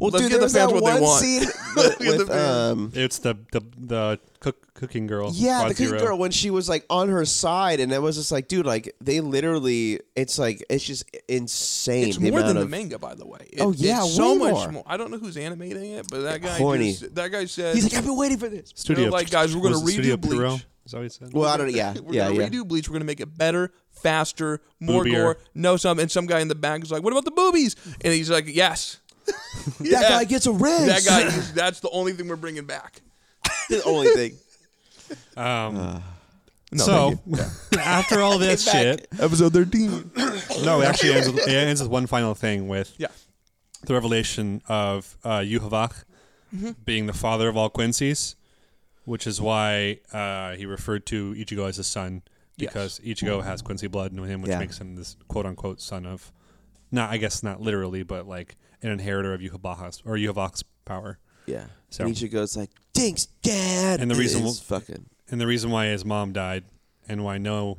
Well, Let's dude, give the there's that fans what they one want. scene Let's with, give the with, fans- um, It's the the the cook, cooking girl. Yeah, Squad the cooking Zero. girl when she was like on her side, and it was just like, dude, like they literally, it's like it's just insane. it's the more than amount the of- manga by the way. It- Oh, yeah, it's so way much more. I don't know who's animating it, but that guy Horny. just- that guy said He's like, I've been waiting for this. Studio. They're like, guys, we're gonna was it Studio redo Bleach. Puro? Is that what he said? Well, I don't. "Ah, Yeah, we're yeah, gonna yeah. redo Bleach. We're gonna make it better, faster, more Boobier. gore. No, some and some guy in the back is like, "What about the boobies?" And he's like, "Yes, That guy gets a raise. that guy. is- that's the only thing we're bringing back." the only thing. um, No, so after all this shit, episode thirteen. no, it actually ends with, it ends with one final thing with yeah. the revelation of uh, Yuhavach Mm-hmm. being the father of all Quincy's, which is why uh, he referred to Ichigo as his son Yes. because Ichigo has Quincy blood in him, which Yeah. makes him this quote unquote son of, not I guess not literally, but like an inheritor of Yuhavach's or Yuhavach's power. Yeah. So- So Nietzsche goes like, "Thanks, Dad." And the reason is fucking and the reason why his mom died and why no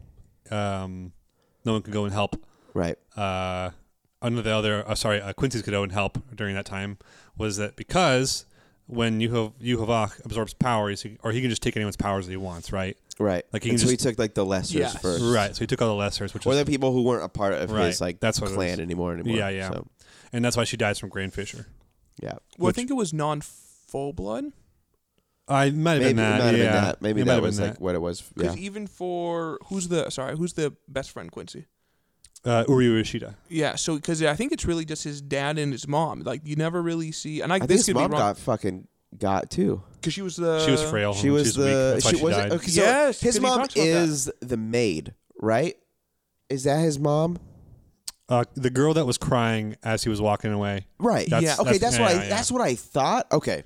um, no one could go and help right. uh, under the other uh, sorry uh, Quincy's could go and help during that time was that because when Yuho- Yuhavak absorbs powers he, or he can just take anyone's powers that he wants right Right. Like, Like he he can so he just- took like the lessers Yes. first, right so he took all the lessers which Or was the people who weren't a part of Right. his like That's what it was. clan anymore. Anymore. yeah yeah So, and that's why she dies from Grand Fisher yeah. Well, I think it was non full blood. I might have Maybe it been that might have yeah been that. Maybe It might that have was been like what it was. Yeah. Because even for who's the sorry, who's the best friend Quincy? that. uh, Uri Ueshida Yeah, so because I think it's really just his dad and his mom. Like you never really see, and I, I think his this could mom be wrong got fucking got too. because Uh, she was the she was frail she was she's the weak that's why she she was died okay, so Yes, his because he mom talks about that. is the maid, right? Is that his mom? uh, the girl that was crying as he was walking away Right. That's- yeah. that's- Okay. That's, what yeah, I. yeah. That's what I thought. Okay.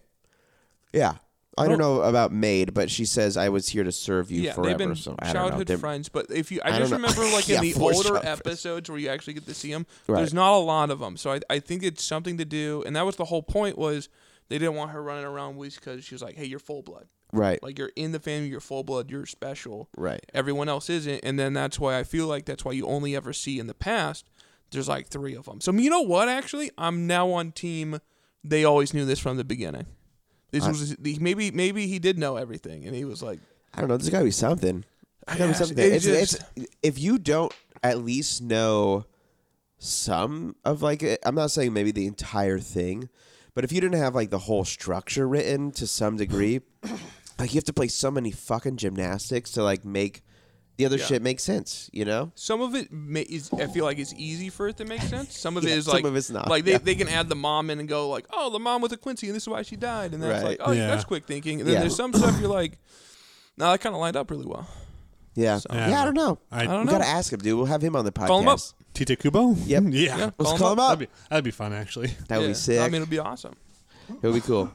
Yeah. I don't know about maid, but she says I was here to serve you Yeah, forever. they've been so I don't know. childhood They're- friends, but if you, I I, don't just know. remember like Yeah, in the four older childhood friends. episodes where you actually get to see them. Right. There's not a lot of them, so I, I think it's something to do, and that was the whole point was They didn't want her running around loose because she was like, "Hey, you're full blood. Right. Like you're in the family. You're full blood. You're special. Right. Everyone else isn't." And then that's why I feel like that's why you only ever see in the past. There's like three of them. So you know what? Actually, I'm now on team. They always knew this from the beginning. This I- was the- maybe maybe he did know everything, and he was like, I don't know. There's got to be something. There's got to be Yes, something. it It's, it's, if you don't at least know some of like, it- I'm not saying maybe the entire thing, but if you didn't have like the whole structure written to some degree, like you have to play so many fucking gymnastics to like make the other Yeah. shit make sense. You know? Some of it ma- is, I feel like it's easy for it to make sense. Some of Yeah, it is some like, of it's not, Like they, yeah. they can add the mom in and go like, oh, the mom was a Quincy and this is why she died, and then it's Right. like, oh, Yeah. that's quick thinking. And then Yeah. there's some stuff you're like, no, that kind of lined up really well. Yeah. So- yeah. I don't know. I, We I don't know. gotta ask him, dude. We'll have him on the podcast. Call him up. Tite Kubo? Yep. yeah. Yeah. Let's Call him call him up. That'd be that'd be fun actually. That would Yeah. be sick. I mean, it'd be awesome. It'll be cool.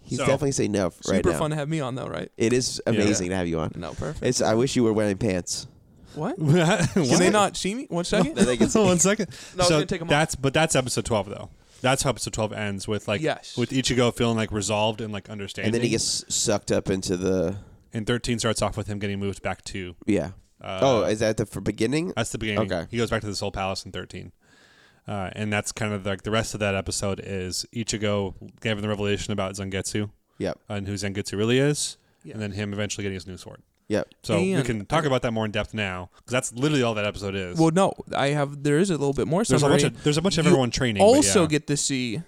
He's So- definitely saying no f- right Super now. fun to have me on though, right? It is amazing to have you on. No, perfect. It's. I wish you were wearing pants. what? Can What? they not see me? One second. That they can see. One second. No, I was so gonna take 'em off. that's but that's episode twelve though. That's how episode twelve ends with like Yes. with Ichigo feeling like resolved and like understanding. and then he gets sucked up into the and thirteen starts off with him getting moved back to yeah. Uh, oh, is that the f- beginning? that's the beginning. Okay. He goes back to the Soul Palace in thirteen. Uh, and that's kind of like the rest of that episode is Ichigo having the revelation about Zangetsu yep, and who Zangetsu really is, Yes. and then him eventually getting his new sword. yep. So we And- can talk about that more in depth now because that's literally all that episode is. Well, no, I have. There is a little bit more. there's a summary. bunch of there's a bunch of You everyone training. but also yeah. get to see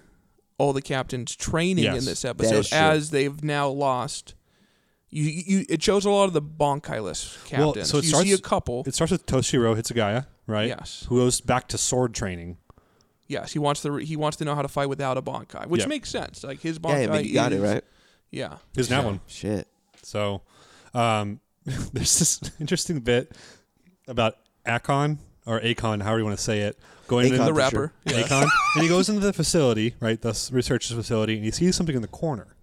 all the captains training Yes. in this That episode is true. as they've now lost. You, you, it shows a lot of the Bonkai list Well, captains. so it you starts- see a couple. It starts with Toshiro Hitsugaya, right? Yes. Who goes back to sword training. Yes, he wants to he wants to know how to fight without a Bonkai, which Yeah. makes sense. Like his Yeah, Bonkai, I mean, you got it is- right. Yeah, Is now So- one. Shit. So um, there's this interesting bit about Akon or Akon, however you want to say it, going Akon, into the for sure. rapper. Yeah. Akon, and he goes into the facility, right? The researcher's facility, and he sees something in the corner.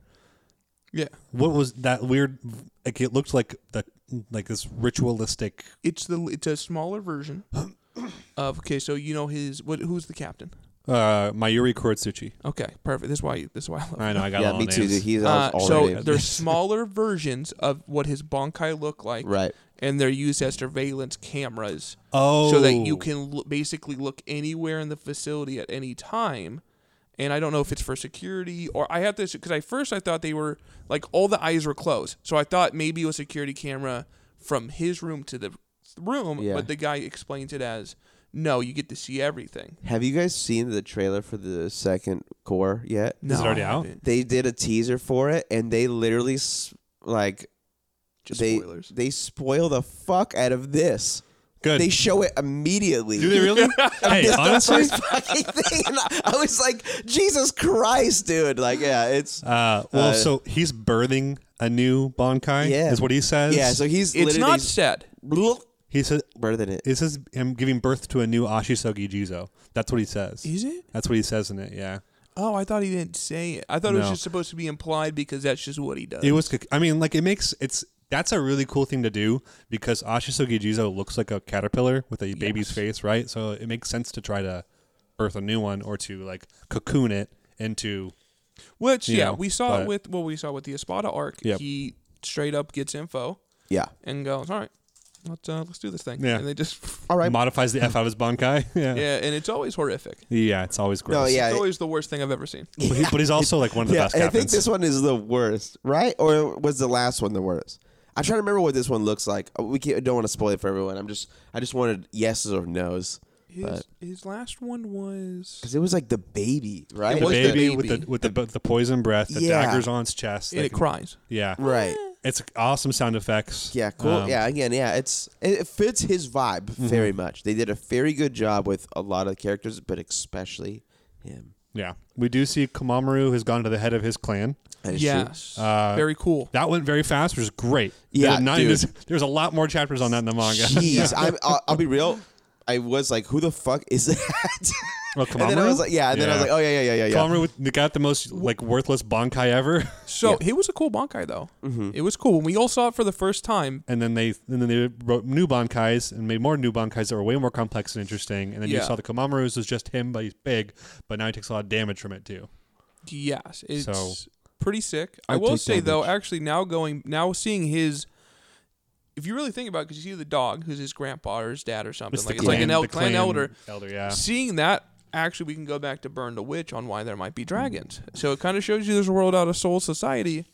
yeah, What was that weird? Like it looked like the like this ritualistic. it's the it's a smaller version of okay. So you know his what? Who's the captain? Uh, Mayuri Kuratsuchi. Okay, perfect. This is why this is why I love. I know I got Yeah, all me names. too. Dude. He's all, Uh, all so names. they're smaller versions of what his Bonkai look like, right. and they're used as surveillance cameras. Oh, so that you can l- basically look anywhere in the facility at any time. And I don't know if it's for security or I have this because I first I thought they were like all the eyes were closed, so I thought maybe it was security camera from his room to the room. Yeah. But the guy explains it as no, you get to see everything. Have you guys seen the trailer for the second core yet? Is it No, already I out? haven't. They did a teaser for it, and they literally s- like Just they spoilers. they spoil the fuck out of this. good. They show it immediately. Do they really? hey, It's the honestly, first fucking thing. And I- I was like, Jesus Christ, dude. Like, yeah, it's Uh, well, Uh, so he's birthing a new Bonkai. Yeah. is what he says. yeah. So he's It's literally not said. he says better than it. he says I'm giving birth to a new Ashisogi Jizo. That's what he says. Is it? That's what he says in it. Yeah, Oh, I thought he didn't say it. I thought it was No. just supposed to be implied because that's just what he does. it was. I mean, like it makes it's that's a really cool thing to do because Ashisogi Jizo looks like a caterpillar with a baby's face, right? So it makes sense to try to birth a new one or to like cocoon it into. Which you yeah, know, we saw but- it with well, we saw with the Espada arc. Yep. He straight up gets info Yeah. and goes, "All right, let's uh, let's do this thing." Yeah. and they just All right. Modifies the f out of his Bonkai. Yeah. yeah. yeah, and it's always horrific. it's always gross. No, yeah. It's it- always the worst thing I've ever seen. but, he, but he's also like one of the yeah, best I captains. think this one is the worst, right? Or was the last one the worst? I'm trying to remember what this one looks like. Uh, We can't, don't want to spoil it for everyone. I'm just, I just wanted yeses or nos His But- his last one was because it was like the baby, right? the was baby, the with the baby. with the, bu- the poison breath, the Yeah. daggers on its chest. and They it can- cries. yeah, right. it's awesome sound effects. Yeah, cool. Um, Mm-hmm. yeah, again, yeah, it's it it fits his vibe very much. They did a very good job with a lot of the characters, but especially him. yeah. We do see Kamamaru has gone to the head of his clan. That is true. Yes, Uh, very cool. That went very fast, which is great. Yeah, There- not- dude. There's, there's a lot more chapters on that in the manga. Jeez, I'm, I'll, I'll be real. I was like, "Who the fuck is that?" Oh, and then I Kamamaru? was like, "Yeah." And then I Yeah. was like, "Oh yeah, yeah, yeah, yeah, yeah." Kamamaru with, they got the most like worthless Bonkai ever, So he was a cool Bonkai though. It was cool when we all saw it for the first time. and then they and then they wrote new Bonkais and made more new Bonkais that were way more complex and interesting. And then you Yeah. saw the Kamamaru's was just him, but he's big, but now he takes a lot of damage from it too. Yes, it's So- pretty sick. I I'd will take say though, damage. actually, now going now seeing his, if you really think about, it, because you see the dog who's his grandpa or his dad or something, It's like the it's like an clan- el- the clan, clan elder. Elder, yeah. Seeing that, actually, we can go back to Burn the Witch on why there might be dragons. So it kind of shows you there's a world out of soul society.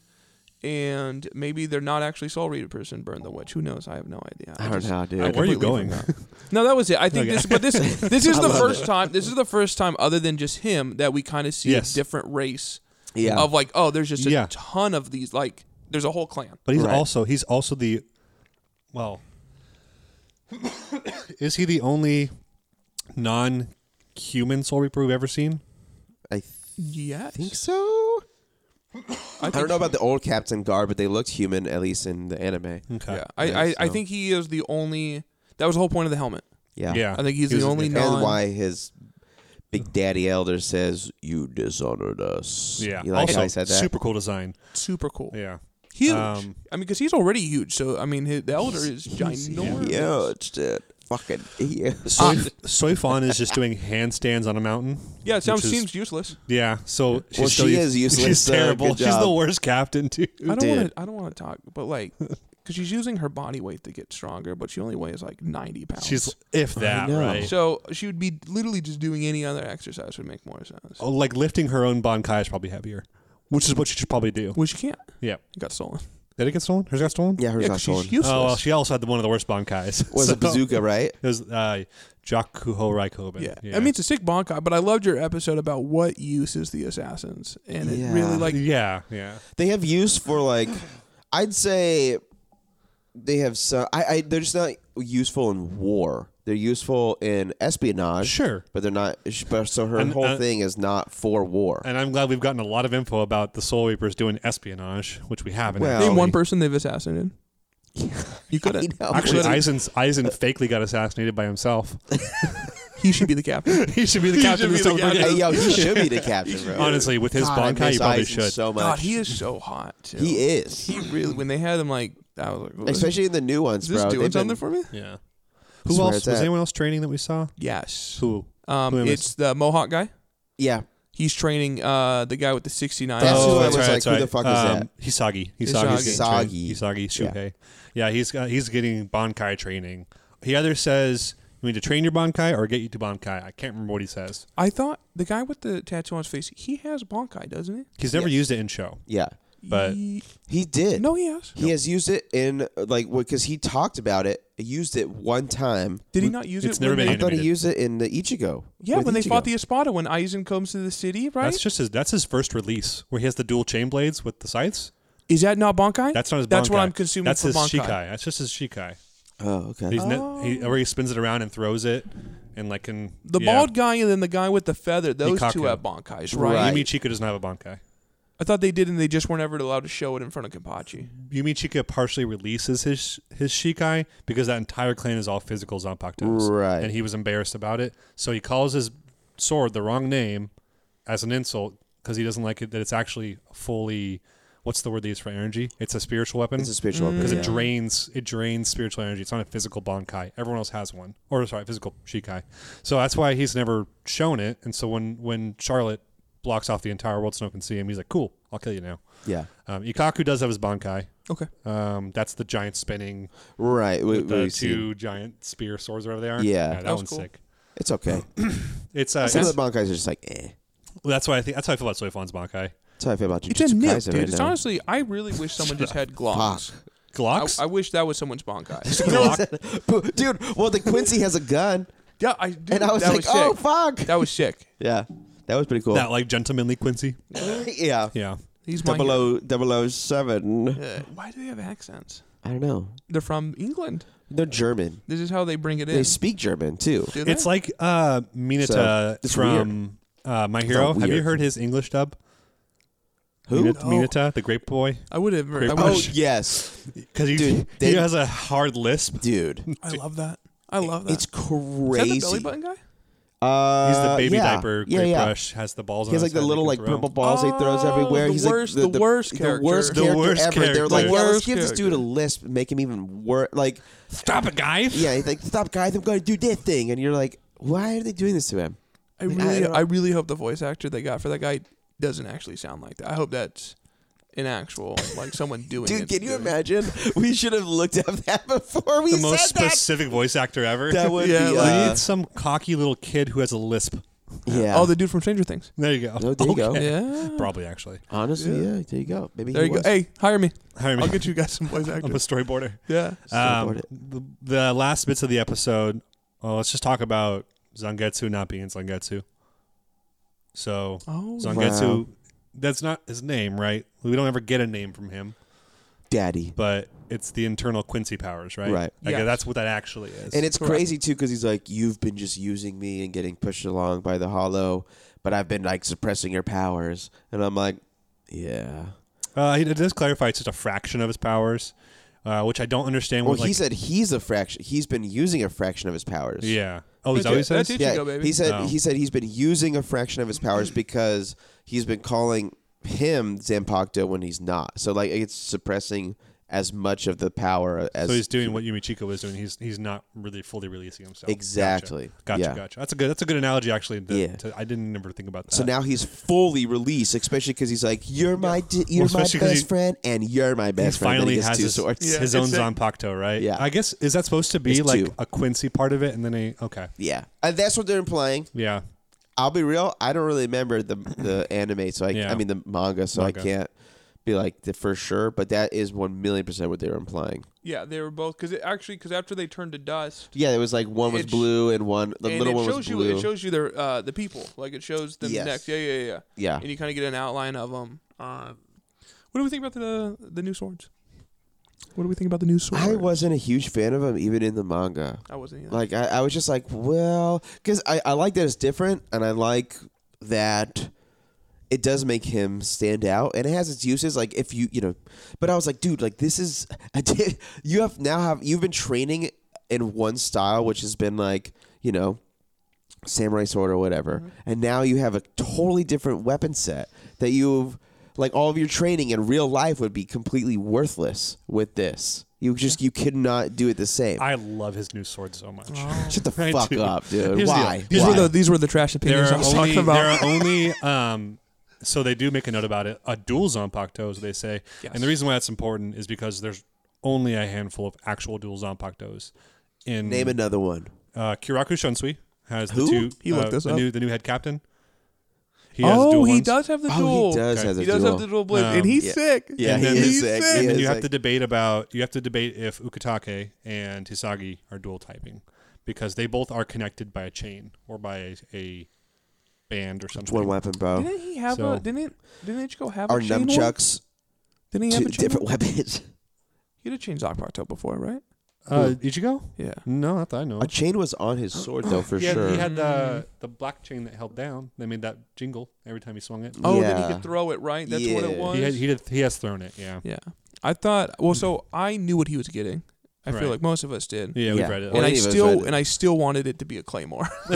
And maybe they're not actually soul reader person Burn the Witch. Who knows? I have no idea. I don't just- know, dude. Where are you completely going? no, that was it. I think Okay. this, but this this is I the love first time. This is the first time, other than just him, that we kind of see Yes. a different race. Yeah. Of like, oh, there's just a Yeah. ton of these. Like, there's a whole clan. But he's Right. also he's also the well is he the only non human soul reaper we've ever seen? I th- Yes. think so. I, think, I don't know about the old Captain Guard, but they looked human, at least in the anime. Okay. Yeah, I, I, I so. think he is the only. That was the whole point of the helmet. Yeah. Yeah. I think he's He was the a only dickhead. And non. why his big daddy elder says, You dishonored us. Yeah. You like also, how he said that? super cool design. Super cool. Yeah. Huge. Um, I mean, because he's already huge. So I mean, his, the elder is ginormous. huge, dude. Fucking huge. Soy, Soifon Ah. is just doing handstands on a mountain. Yeah, it sounds, Which is- seems useless. Yeah. So she's Well, still- she is useless, She's so terrible. good She's job. the worst captain too. I don't want did. to. I don't want to talk, but like, because she's using her body weight to get stronger, but she only weighs like ninety pounds. She's if that know. right. so she would be literally just doing any other exercise would make more sense. Oh, like lifting her own Bonkai is probably heavier, which is what she should probably do. Well, she can't. Yeah. It got stolen. Did it get stolen? Hers got stolen. Yeah, hers Yeah, got 'cause she's stolen. useless. Oh, well, she also had the, one of the worst Bonkais. Was so- it bazooka, right? It was uh, Jakuho Raikoben. yeah. I mean, it's a sick bonkai, but I loved your episode about what use is the assassins, and it really Yeah. like yeah, yeah. They have use for like, I'd say, they have some. I, I they're just not useful in war. They're useful in espionage. Sure. but they're not. sh- But so her And, whole uh, thing is not for war. And I'm glad we've gotten a lot of info about the Soul Reapers doing espionage, which we haven't. Well, name actually. one person they've assassinated. You couldn't. know. You Actually, couldn't. Eisen's, Eisen Uh, fakely got assassinated by himself. he should be the captain. he should be the He captain of should the be the Soul Reaper. captain. hey, yo, he should be the captain, bro. Honestly, with his God, I Bonkai, miss he probably Aizen should. So much. God, he is so hot. Too. He is. He really. When they had him, like I was like, especially in the new ones, is this bro. doing They've something been- for me? yeah. Who Swear else? it's Was that. anyone else training that we saw? Yes. Who? Um, Who am I it's the Mohawk guy. yeah, He's training uh the guy with the 69. That's who I Oh, that's was right, like, that's who the right. fuck is um, that? Hisagi. Hisagi. Hisagi. Hisagi. Shuhei. Yeah, he's got, he's getting Bonkai training. He either says you need to train your Bonkai or get you to Bonkai. I can't remember what he says. I thought the guy with the tattoo on his face, he has Bonkai, doesn't He's never used it in show. yeah. he? But- Ye- He did. no, he has. he has used it in like because he talked about it. Used it one time. Did he not use It's it? never been when I they- in- thought he Animated. used it in the Ichigo. yeah, with when they Ichigo. fought the Espada, when Aizen comes to the city, right? That's just his. That's his first release where he has the dual chain blades with the scythes. Is that not Bonkai? That's not his. That's what Bankai. I'm consuming That's for his Bankai. Shikai. That's just his Shikai. Oh, okay. He's ne- he, or he spins it around and throws it, and like can The yeah. bald guy and then the guy with the feather, those two Ikkaku. have Bonkais, right? Right. Yumi Chika does not have a Bankai. I thought they did and they just weren't ever allowed to show it in front of Kampachi. Yumi Chika partially releases his his Shikai because that entire clan is all physical Zanpakutos. Right. And he was embarrassed about it. So he calls his sword the wrong name as an insult because he doesn't like it that it's actually fully what's the word they use for energy? It's a spiritual weapon. It's a spiritual because weapon. it drains it drains spiritual energy. It's not a physical bonkai. Everyone else has one, or sorry, physical shikai. So that's why he's never shown it. And so when when Charlotte blocks off the entire world so no one can see him, he's like, "Cool, I'll kill you now." yeah. Um, Ikaku does have his bonkai. Okay. Um, that's the giant spinning Right. We, the we see. two giant spear swords, whatever they are. Yeah. that, That was one's cool. sick. It's okay. It's uh, Some it's- of the Bankais are just like, eh. well, that's why I think that's how I feel about Soifon's bonkai. That's how I feel about you. It's a nip, dude. it's honestly, I really wish someone just had Glocks. I, Glocks. I wish that was someone's Bonkai. dude, well, the Quincy has a gun, yeah, I dude, and I was that like, was oh sick. fuck. That was sick. Yeah, that was pretty cool. that like gentlemanly Quincy. yeah. Yeah. He's my Double O, double O seven. Uh, why do they have accents? I don't know. They're from England. They're German. This is how they bring it in. They speak German too. Do they? It's like uh, Minata So, it's from uh, My Hero. Have you weird. heard his English dub? Who? Minata, Oh. Minata, the grape boy. I would have. I, Great Oh would, British. yes, Because he, Dude, he they- has a hard lisp. dude. I love that. I love that. It's is crazy. that the belly button guy? Uh, He's the baby yeah. diaper, Yeah, grape yeah. brush, has the balls He has on his like the head little he like can throw. purple balls that he throws Oh, everywhere. the He's worst- like the worst the character. worst, The character worst ever. They're like, character. yeah, let's Worst give this dude character. a lisp, make him even worse. Like, Stop it, guys! yeah, he's like, stop, guys, I'm going to do that thing, and you're like, why are they doing this to him? I Like, I really, don't- I, really hope the voice actor they got for that guy doesn't actually sound like that. I hope that's an actual like someone doing it. Dude, can you doing it. imagine? We should have looked up that before we the most said that. specific voice actor ever. That would Yeah, be. we uh, need some cocky little kid who has a lisp. yeah. Oh, the dude from Stranger Things. There you go. Oh, there you go. Okay. Yeah. Probably actually. Honestly, yeah. There you go. Maybe There he you go. was. Hey, hire me. Hire me. I'll get you guys some voice I'm a actors. storyboarder. Yeah. Um, Storyboard it. the, the last bits of the episode. Well, let's just talk about Zangetsu not being Zangetsu. So Oh, Zangetsu, that's not his name, right? We don't ever get a name from him, Daddy. but it's the internal Quincy powers, right? Right. Okay, Yes. that's what that actually is. And it's Correct. crazy too because he's like, "You've been just using me and getting pushed along by the Hollow, but I've been like suppressing your powers." And I'm like, "Yeah." uh, it does clarify it's just a fraction of his powers, uh, which I don't understand. Well, what, like, he said Oh, he's a fraction. He's been using a fraction of his powers. yeah. Oh, is That's that what he it. That's says? it. Yeah, Ichigo, baby. he said Oh. he said he's been using a fraction of his powers because he's been calling him Zampacto when he's not. So like it's suppressing as much of the power as So he's doing what Yumichiko was doing. He's he's not really fully releasing himself. Exactly. Gotcha. Gotcha. Yeah. gotcha. That's a good. That's a good analogy. Actually, to, Yeah. to- I didn't ever think about that. So now he's fully released, especially because he's like, "You're my, d- you're my especially 'cause best he- friend, and you're my he best friend." finally and he gets has two his, swords. his Yeah, it's own it. Zanpakuto, right? Yeah. I guess is that supposed to be It's like two. a Quincy part of it, and then a okay. Yeah, and that's what they're implying. Yeah. I'll be real; I don't really remember the the anime, so I, Yeah. I mean the manga, so Manga. I can't be like the for sure. But that is one million percent what they were implying. Yeah, they were both because actually because after they turned to dust, Yeah, it was like one was It sh- blue and one the and little it one was shows blue. you it shows you their uh, the people like it shows them Yes. next. Yeah, yeah, yeah. yeah, And you kind of get an outline of them. Um, what do we think about the the new swords? What do we think about the new swords? I wasn't a huge fan of him even in the manga. I wasn't either. Like I, I was just like, well, because I, I like that it's different, and I like that it does make him stand out, and it has its uses. Like if you you know, but I was like, dude, like this is I did, you have now have you've been training in one style, which has been like you know samurai sword or whatever, and now you have a totally different weapon set that you've like all of your training in real life would be completely worthless with this. You just you could not do it the same. I love his new sword so much. Oh. Shut the Right, fuck dude. up, dude. Here's the- Why? these Why? were the- these were the trash There opinions are only there are only um, so they do make a note about it. A dual Zanpakuto, as they say, and Yes. the reason why that's important is because there's only a handful of actual dual Zanpakutos in Name another one. uh, Kiraku Shunsui has Who? the two. He looked uh, this the up. new the new head captain. He has oh, dual he ones. does have the dual. Oh, he does Okay. has a He does dual. have the dual blade, Um, and he's yeah. sick. Yeah, he is sick. He And then is you have like- to debate about you have to debate if Ukitake and Hisagi are dual typing because they both are connected by a chain or by a, a band or It's something. one weapon, bro. Didn't he have a? So- Didn't didn't Ichigo have Our a chain one? nunchucks, Didn't he two have a chain different one? weapons. He did a chain Zanpakuto before, right? Uh, Ichigo? Yeah. No, not that I know. A chain was on his sword though, for he had, sure. he had the the black chain that held down. They made that jingle every time he swung it. Oh, then Yeah. he could throw it right. That's what Yeah. it He was. He had, he did he has thrown it. Yeah, yeah, I thought. Well, so I knew what he was getting. I Right. feel like most of us did. yeah, we Yeah. have read it. Well, and I any of us still read it. and I still wanted it to be a claymore.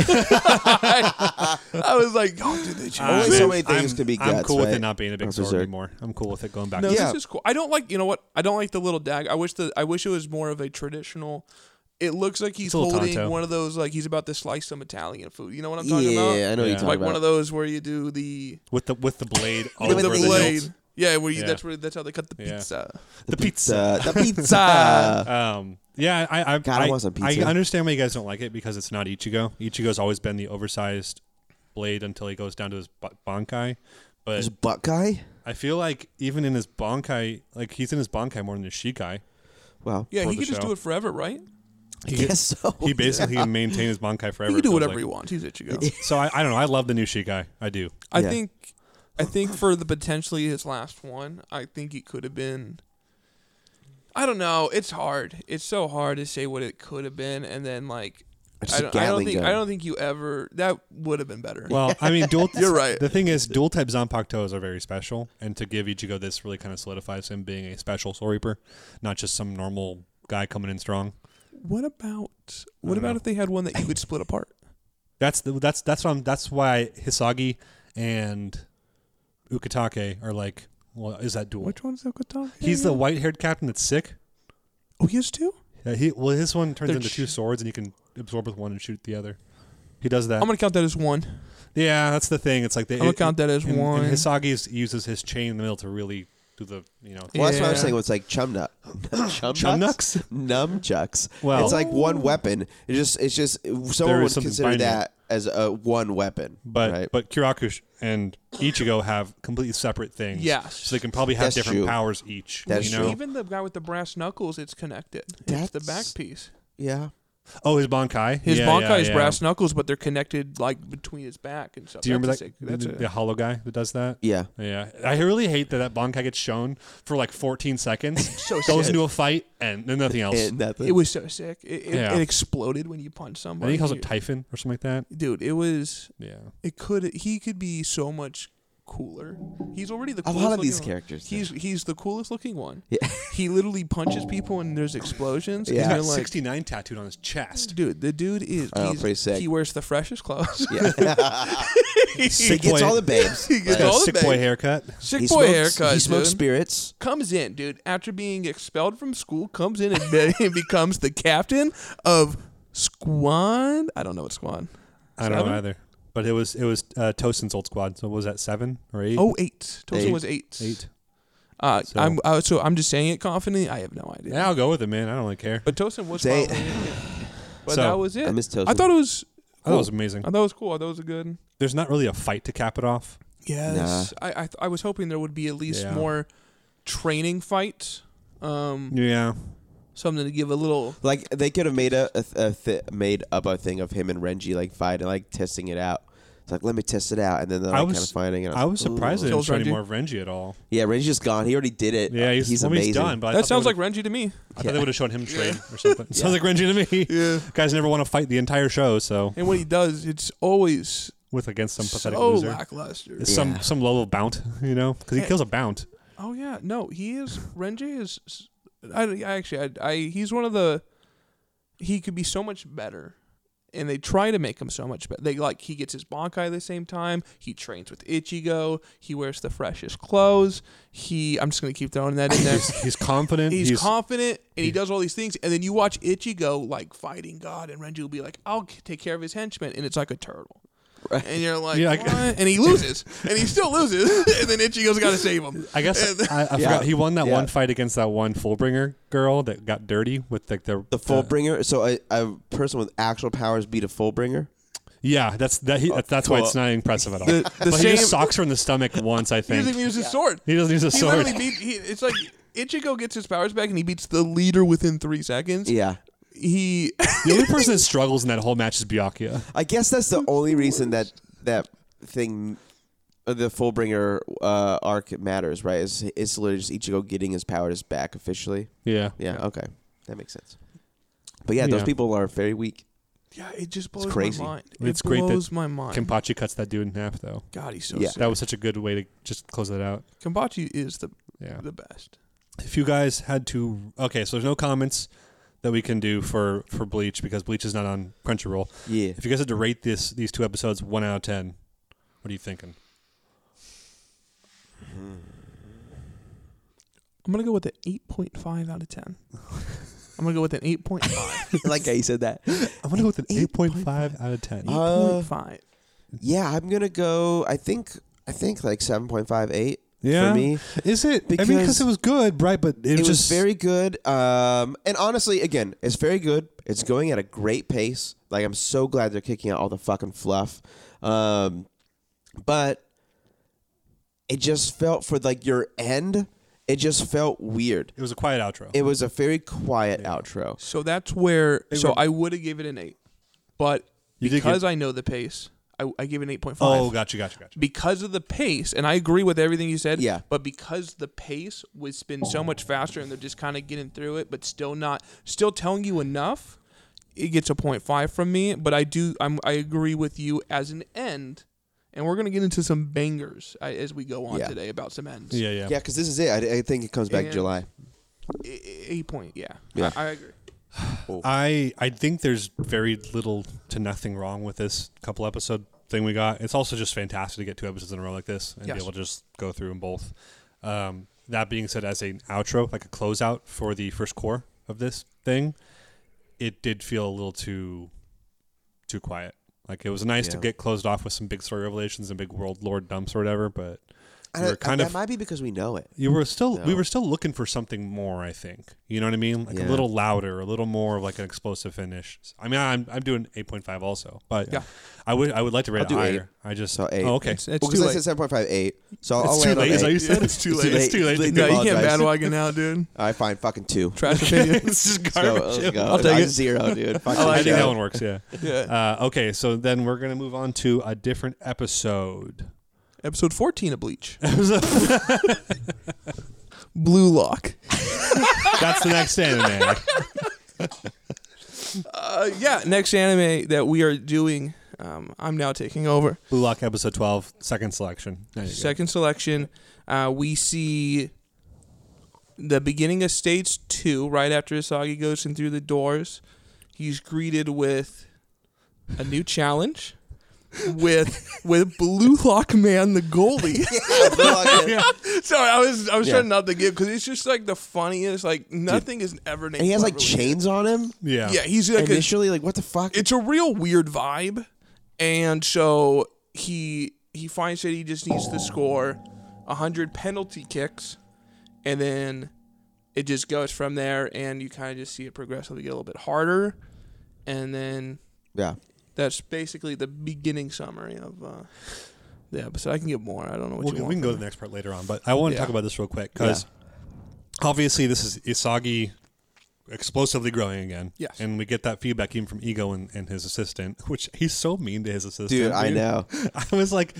I, was like, oh, dude, they changed Only it. so many things I'm, can be I'm guts, cool with right? it not being a big That's for sword sure. anymore. I'm cool with it going back. No, to- Yeah. this is cool. I don't like. You know what? I don't like the little dagger. I wish the. I wish it was more of a traditional. It looks like he's It's a little holding Tonto. one of those. Like he's about to slice some Italian food. You know what I'm yeah, talking about? I know what Yeah. you're talking Like about. one of those where you do the with the with the blade all With over the the hilt. blade. Yeah, where you. Yeah. That's where. That's how they cut the Yeah. pizza. the pizza. the pizza. Um, yeah, I I, God, I I, want some pizza. I understand why you guys don't like it because it's not Ichigo. Ichigo's always been the oversized blade until he goes down to his b- Bonkai. But His butt guy. I feel like even in his Bonkai, like he's in his Bonkai more than his Shikai. Wow. Yeah, For he the could just show. do it forever, right? I guess so. He basically can maintain his Bonkai forever. he can do it feels whatever like. he wants. He's Ichigo. So I, I don't know. I love the new Shikai. I do. I Yeah. think I think for the potentially his last one, I think it could have been I don't know, it's hard. It's so hard to say what it could have been and then like Just I a don't, I don't Gatling think gun. I don't think you ever that would have been better. Well, I mean, dual. You're right. The thing is, dual type Zanpakutos are very special, and to give Ichigo this really kind of solidifies him being a special Soul Reaper, not just some normal guy coming in strong. What about what don't about know. if they had one that you could split apart? That's the, that's that's what I'm, that's why Hisagi and Ukitake are like, well, is that dual? Which one's the Katana? He's the white-haired captain that's sick. Oh, he has two? Yeah, he well, his one turns They're into ch- two swords, and you can absorb with one and shoot the other. He does that. I'm gonna count that as one. yeah, that's the thing. It's like they. I'm gonna count that as and- one. And Hisagi uses his chain in the middle to really do the you know. Well, that's what I was Yeah. saying. Was like chum nut, chum Chumnucks? numchucks. Well- it's like one weapon. It just, it's just There someone is would something consider binding. that as a one weapon. But right? but Kiraku sh- and Ichigo have completely separate things. Yes. So they can probably have That's different true. powers each. That's you know? true. Even the guy with the brass knuckles, it's connected. That's the back That's- piece. yeah, Oh, his Bonkai. His yeah, Bonkai yeah, is yeah. brass knuckles, but they're connected like between his back and stuff. Do you remember that's that? a sick- the, that's a, the hollow guy that does that. yeah. Yeah, I really hate that that Bonkai gets shown for like 14 seconds, So goes sad. into a fight, and then nothing else. And nothing. It was so sick. It, it, Yeah. it exploded when you punch I somebody. think he calls it Typhon or something like that. Dude, it was. Yeah, It could. He could be so much cooler. He's already the a coolest lot of looking these one. characters. He's he's the coolest looking one. Yeah. He literally punches people and there's explosions. Yeah. And he's you're got like, 69 tattooed on his chest. dude, the dude is. I know, he's- pretty sick. He wears the freshest clothes. yeah. he Sick gets boy- all the babes. He gets he's got all a the sick boy babes. haircut. Sick he boy smokes, haircut. He smokes dude. spirits. comes in, dude, after being expelled from school, comes in and, be- and becomes the captain of squad. I don't know what squad. I don't Seven? know either, but it was it was uh, Tosin's old squad. So what was that seven or eight? Oh, eight. Tosin Eight. was eight. eight. Uh, So- I'm uh, so I'm just saying it confidently. I have no idea. Yeah, I'll go with it, man. I don't really care. But Tosin was Say- probably in it. But So- that was it. I miss Tosin. I thought it was. I thought it Cool. was amazing. I thought it was cool. I thought it was a good. There's not really a fight to cap it off. Yes. I I, th- I was hoping there would be at least Yeah. more training fights. Um, Yeah, something to give a little. Like they could have made a, a, th- a th- made up a thing of him and Renji like fighting, like testing it out. It's like let me test it out, and then they're I like was- kind of fighting. And I was like, surprised they "Ooh." didn't Kills show any Renji. more of Renji at all. Yeah, Renji's just gone. He already did it. Yeah, he's, well, amazing. he's done. But I That thought sounds they like Renji to me. I thought they would have shown him train or something. Sounds like Renji to me. Yeah. Guys never want to fight the entire show, so And when he does, it's always with against some pathetic so loser, lackluster. It's some Yeah. some level of bount, you know, because he Hey. kills a bount. Oh yeah, no, he is Renji is. I, I actually, I, I he's one of the. He could be so much better, and they try to make him so much better. They like he gets his Bankai at the same time. He trains with Ichigo. He wears the freshest clothes. He, I'm just gonna keep throwing that in there. He's confident. He's, confident and he does all these things, and then you watch Ichigo like fighting God, and Renji will be like, "I'll c- take care of his henchmen," and it's like a turtle, Right. and you're like, Yeah, I- what? and he loses, and he still loses, and then Ichigo's got to save him. I guess I, I Yeah. forgot he won that Yeah. one fight against that one Fullbringer girl that got dirty with like the The full bringer. So a, a person with actual powers beat a full bringer. yeah, that's that. He, that's why it's cool. not impressive at all. Oh, The- the but he same- just socks her in the stomach once, I He think. doesn't even use his sword. he doesn't use a He sword. literally beat. He, it's like Ichigo gets his powers back, and he beats the leader within three seconds. Yeah, He The only person that struggles in that whole match is Byakuya. I guess that's the only reason that that thing, uh, the full bringer uh, arc matters, right? Is it's literally just Ichigo getting his powers back officially. Yeah, Yeah. Okay, that makes sense. But yeah, those Yeah. people are very weak. yeah, it just blows crazy. my mind. It's it great that blows my mind. Kenpachi cuts that dude in half though. God, he's so Yeah. That sick. was such a good way to just close that out. Kenpachi is the Yeah. the best. if you guys had to okay so there's no comments that we can do for for bleach because bleach is not on crunchyroll Yeah. if you guys had to rate this these two episodes one out of ten what are you thinking I'm gonna go with an 8.5 out of 10. I'm gonna go with an 8.5. like how you said that. i'm gonna go with an 8.5 8.5 out of 10 Uh, 8.5. Yeah, I'm gonna go. I think I think like seven point five eight. Yeah? For me, is it i mean because because it was good right but it, it, was was just very good. Um, and honestly, again, it's very good. It's going at a great pace. Like I'm so glad they're kicking out all the fucking fluff. Um, but it just felt for like your end. It just felt weird. it was a quiet outro It was a very quiet outro. So that's where. They so were- I would have given it an 8, but You did because I know the pace, I, I give it an 8.5. oh gotcha gotcha gotcha because of the pace, and I agree with everything you said. Yeah. But because the pace was been so much faster, and they're just kind of getting through it, but still not, still telling you enough, it gets a point five from me. But I do, I'm, I agree with you as an end, and we're gonna get into some bangers I, as we go on Yeah. today about some ends. yeah yeah Yeah, because this is it. I, I think it comes back And- July. I- I- Eight point, yeah. Yeah. I, I agree. I I think there's very little to nothing wrong with this couple episode thing we got. It's also just fantastic to get two episodes in a row like this and Yes. be able to just go through them both. Um, that being said, as an outro, like a closeout for the first core of this thing, it did feel a little too too quiet. Like it was nice to Yeah. get closed off with some big story revelations and big world lord dumps or whatever, but I we were don't, kind that of might be because we know it. you were still we No. were still looking for something more. I think you know what I mean, like Yeah. a little louder, a little more of like an explosive finish. I mean, I'm I'm doing eight point five also, but Yeah. I would I would like to rate I'll it do eight. higher. I just So eight. oh okay, It's, it's, it's Well, too because I late. said seven point five eight, so I'll, I'll too land late. on Is that eight. you said? It's too It's late. It's too late. It's to no, do you can't apologize. bandwagon now, dude. All right, fine, fucking two. Trash opinion. it's just So, garbage. let's go. I'll take Nine it. Zero, dude. Fucking I I like think show. that one works. Yeah. yeah. Uh, okay, so then we're gonna move on to a different episode. Episode 14 of Bleach. That's Blue Lock. the next anime. Uh, yeah, next anime that we are doing, um, I'm now taking over. Blue Lock episode 12, second selection. There you go. Second selection, uh, we see the beginning of stage two, right after Asagi goes in through the doors. He's greeted with a new challenge with with Blue Lock Man the goalie. Yeah. Sorry, I was I was Yeah. trying not to give because it's just like the funniest. Like nothing is ever named. And he has like cleverly. chains on him. Yeah. Yeah, he's like a, Initially, like what the fuck? it's a real weird vibe, and so he he finds that he just needs to score hundred penalty kicks, and then it just goes from there, and you kind of just see it progressively get a little bit harder, and then yeah. that's basically the beginning summary of uh, the episode. I can get more. I don't know what We'll, you we want. can go to the next part later on, but I want to Yeah. talk about this real quick because obviously this is Isagi explosively growing again. Yes. And we get that feedback even from Ego and, and his assistant, which he's so mean to his assistant. Dude, I know. I was like,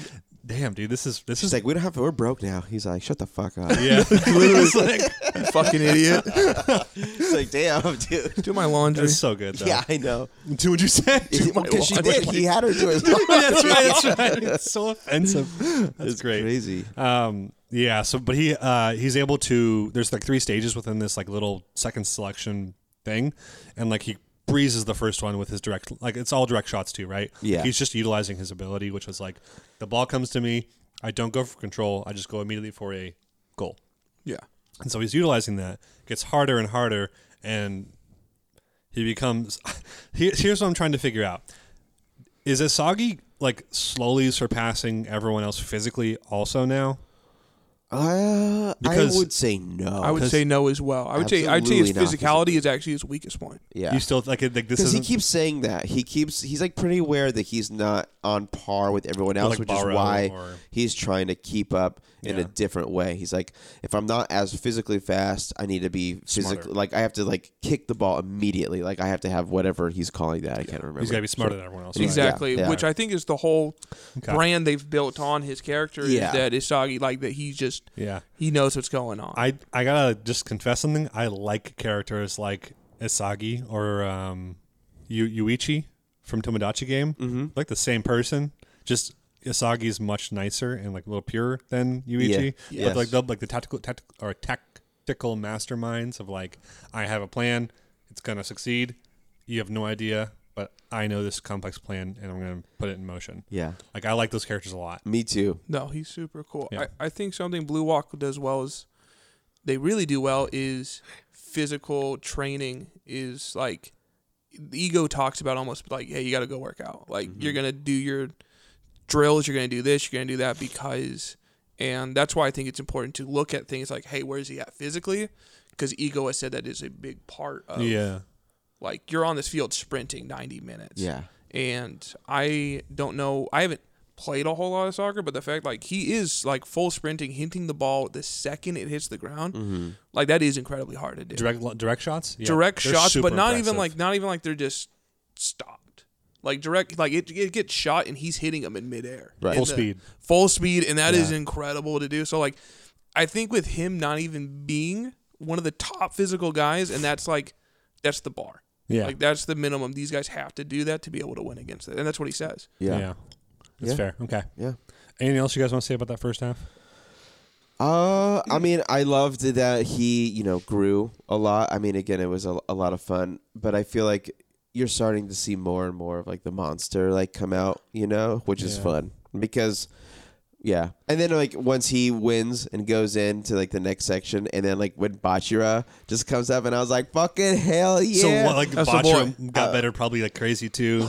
damn, dude, this is this She's is like, we don't have. We're broke now. He's like, shut the fuck up. yeah. It's like- You fucking idiot. He's like, damn, dude. Do my laundry. it's so good though. Yeah, I know. Do what you said. my Because she wife. did. He had her do it. that's right. That's right. It's so offensive. That's great. Crazy. Um, yeah. So, but he uh, he's able to. There's like three stages within this like little second selection thing, and like he breezes the first one with his direct. Like it's all direct shots too, right? Yeah. He's just utilizing his ability, which was like the ball comes to me. I don't go for control. I just go immediately for a goal. Yeah. And so he's utilizing that. Gets harder and harder, and he becomes. Here, here's what I'm trying to figure out: Is Asagi like slowly surpassing everyone else physically also now? Uh, I Because- would say no. I Oh, would say no as well. I would say I would say his Absolutely not. physicality is actually his weakest point. Yeah. You still like it- like this is Because he keeps saying that he keeps he's like pretty aware that he's not on par with everyone else, like which Barrow is why or- he's trying to keep up in a Yeah. different way. He's like, if I'm not as physically fast, I need to be physically Smarter. like I have to like kick the ball immediately. Like I have to have whatever he's calling that. I can't remember. he's got to be smarter than everyone else. right? Exactly, yeah. which I think is the whole Okay. brand they've built on his character Yeah. is that Isagi like that he's just Yeah. he knows what's going on. I I gotta just confess something. I like characters like Isagi or um, Yu- Yuichi from Tomodachi Game. Mm-hmm. Like the same person. Just Isagi's much nicer and like a little purer than Yuichi. Yeah. But Yes. like the like the tactical tactic, or tactical masterminds of like I have a plan. It's gonna succeed. You have no idea, but I know this complex plan and I'm gonna put it in motion. Yeah. Like I like those characters a lot. Me too. no, he's super cool. Yeah. I, I think something Blue Walk does well is they really do well is physical training is like the ego talks about almost like, hey, you gotta go work out. Like Mm-hmm. you're gonna do your drills, you're gonna do this, you're gonna do that because and that's why I think it's important to look at things like, hey, where is he at physically? Because ego has said that is a big part of Yeah. like you're on this field sprinting 90 minutes. Yeah. And I don't know. I haven't played a whole lot of soccer, but the fact like he is like full sprinting, hinting the ball the second it hits the ground, Mm-hmm. like that is incredibly hard to do. Direct, Direct lo- direct shots? Yeah. They're shots, super but not impressive. even like not even like they're just stopped. Like direct, like it, it gets shot and he's hitting them in midair, Right. In Full the- speed. full speed, and that is Yeah. incredible to do. So like, I think with him not even being one of the top physical guys, and that's like, that's the bar. Yeah. Like that's the minimum. These guys have to do that to be able to win against it, and that's what he says. Yeah. Yeah. Yeah. That's Yeah. fair. Okay. Anything else you guys want to say about that first half? Uh, I mean, I loved that he, you know, grew a lot. I mean, again, it was a, a lot of fun, but I feel like you're starting to see more and more of like the monster like come out, you know, which is Yeah. fun because Yeah, and then like once he wins and goes into like the next section, and then like when Bachira just comes up, and I was like, "Fucking hell yeah!" So what, like That's the boy. Uh, Botcham got better probably like crazy too,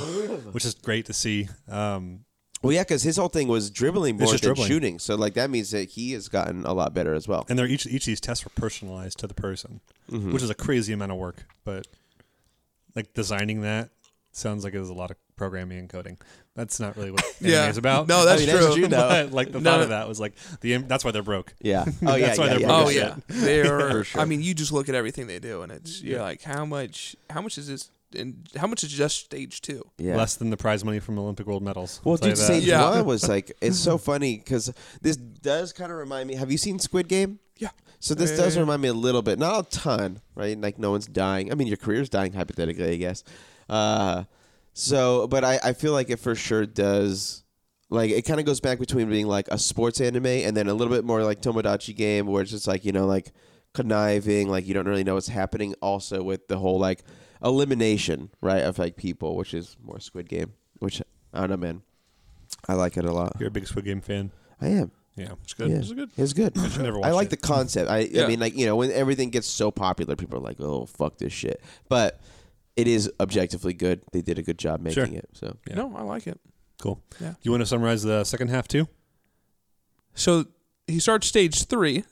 which is great to see. Um, well, yeah, because his whole thing was dribbling more than just dribbling. shooting, so like that means that he has gotten a lot better as well. and they're each each of these tests were personalized to the person, Mm-hmm. which is a crazy amount of work. But like designing that sounds like it was a lot of programming and coding. That's not really what anime Yeah. is about. No, that's I mean, that's true. what you know. But, like the No, thought no. of that was like the im- that's why they're broke. Yeah. Oh yeah. That's why yeah, they're yeah, broke Oh as yeah, shit. they're. sure. I mean, you just look at everything they do, and it's you're like, how much? How much is this? And how much is just stage two? Yeah. Less than the prize money from Olympic gold medals. Well, I'll tell you dude, that. stage Yeah. one was like it's so funny because this does kind of remind me. Have you seen Squid Game? Yeah. So this Yeah, does yeah, yeah. remind me a little bit, not a ton, right? Like no one's dying. I mean, your career's dying hypothetically, I guess. Uh, so, but I, I feel like it for sure does. Like it kind of goes back between being like a sports anime and then a little bit more like Tomodachi game, where it's just like you know like conniving, like you don't really know what's happening. Also with the whole like elimination, right, of like people, which is more Squid Game, which I don't know, man. I like it a lot. You're a big Squid Game fan. I am. Yeah, it's good. Yeah. It's good. It's good. should never I watch like it. the concept. I, I Yeah. mean, like you know, when everything gets so popular, people are like, "Oh, fuck this shit." But it is objectively good. They did a good job making Sure. it. So Yeah. No, I like it. Cool. Yeah. You want to summarize the second half too? So he starts stage three.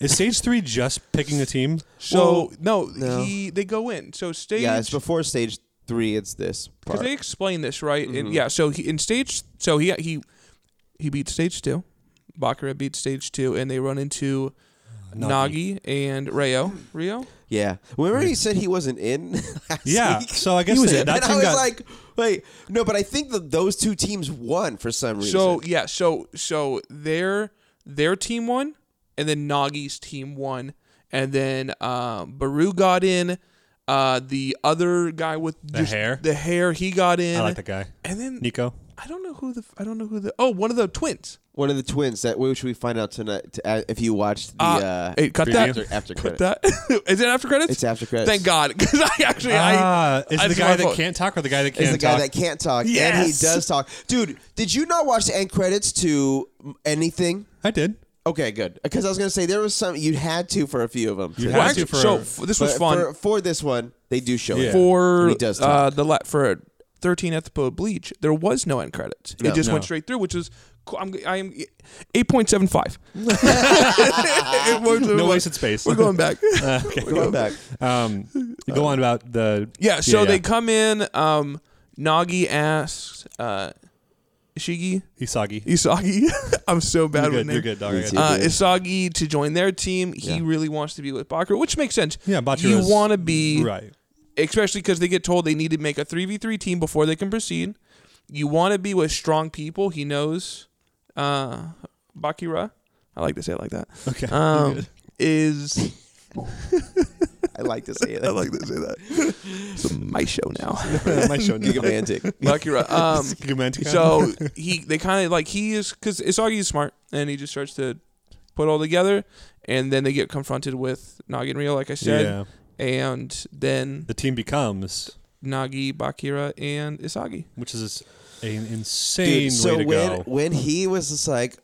Is stage three just picking a team? So no, no. he they go in. So stage yeah, it's before stage three. It's this part. Mm-hmm. because they explain this right. And yeah, so he in stage so he he he beats stage two. Bakura beats stage two, and they run into Nagi, and Rayo. Rio. yeah, remember he said he wasn't in. last Yeah, week? so I guess he was that- in. that and I team was got- like, "Wait, no," but I think that those two teams won for some reason. So yeah, so so their their team won, and then Nagi's team won, and then um, Baru got in. Uh, the other guy with The just hair? the hair, he got in. I like that guy, And then Nico. I don't know who the I don't know who the oh one of the twins. one of the twins that which we find out tonight to, uh, if you watched the Uh, uh, hey, cut that. after after Cut credits. that. Is it after credits? It's after credits. Thank God, because I actually I Ah, is I it the just guy wanna that fo- can't talk or the guy that is can't the guy talk? that can't talk, and he Yes. does talk. Dude, did you not watch the end credits to anything? I did. Okay, good. Because I was gonna say there was some you had to for a few of them. You well, had actually, to for- so f- this was But fun For, for this one, they do show it. Yeah. for And he does uh, talk. the la- for 13 episode of Bleach. There was no end credits. No. it just went No. straight through, which was cool. I'm I am 8.75. It was- it No was- wasted space. We're going back. Go back. Um, you go on about the yeah, so yeah. they come in. Um, Nagi asks uh, Ishigi Isagi. Isagi. I'm so bad You're with good. names. You're good, dog. I Me got too. you. uh, dude. Isagi to join their team. He Yeah. really wants to be with Bakura, which makes sense. Yeah, Bachira's- you want to be right. especially because they get told they need to make a 3v3 team before they can proceed. You want to be with strong people. He knows uh, Bakira. I like to say it like that. Okay. Um, is I like to say it. I like to say that. it's my show now. My show now. Gigantic. Bakira. Um, Gigantic. so he they kind of like he is because Isagi is smart and he just starts to put it all together, and then they get confronted with Nagi and Rio, like I said, yeah, and then the team becomes, Nagi, Bakira, and Isagi. which is an insane Dude, so way to when go. when he was just like,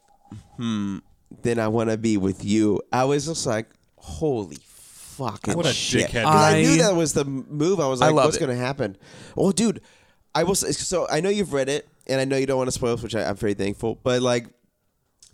hmm, then I wanna be with you, I was just like, holy fucking What a shit. dickhead. 'Cause I, I- knew that was the m- move. I was I like, love what's it. going to happen? Oh, dude, I will. Say, so I know you've read it, and I know you don't want to spoil, it, which I, I'm very thankful. But like,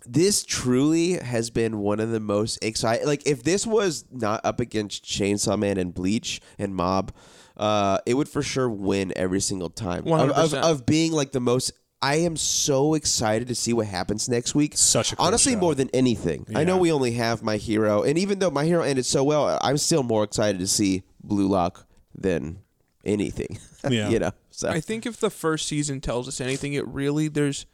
this truly has been one of the most exciting. Like, if this was not up against Chainsaw Man and Bleach and Mob, uh, it would for sure win every single time. Of, of, 100%. of being like the most. I am so excited to see what happens next week. Such a cool honestly show. more than anything. I know Yeah. we only have my hero, and even though my hero ended so well, I'm still more excited to see Blue Lock than anything. Yeah. you know. So I think if the first season tells us anything, it really there's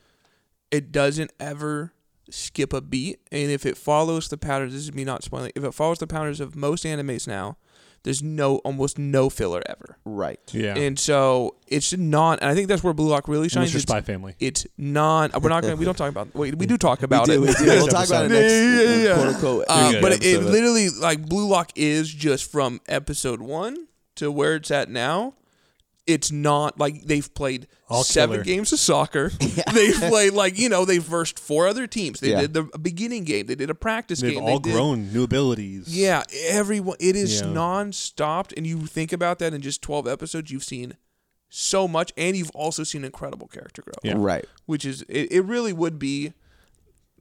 it doesn't ever skip a beat, and if it follows the patterns, this is me not spoiling. If it follows the patterns of most animes now, there's no almost no filler ever, right. yeah, and so it's not. And I think that's where Blue Lock really unless shines. you're It's, Spy Family. it's non. We are not going. to We don't talk about. Wait, we do talk We about do, it. we do. We'll talk about it next Yeah, yeah, yeah. quote unquote. Uh, good but it, episode. literally like Blue Lock is just from episode one to where it's at now. it's not like they've played All seven killer. games of soccer. They've played like you know they've versed four other teams. They Yeah. did the beginning game. They did a practice They've game. all they did- grown new abilities. Yeah, everyone. It is Yeah. non-stopped, and you think about that in just twelve episodes, you've seen so much, and you've also seen incredible character growth, Yeah. Right. which is it, it. really would be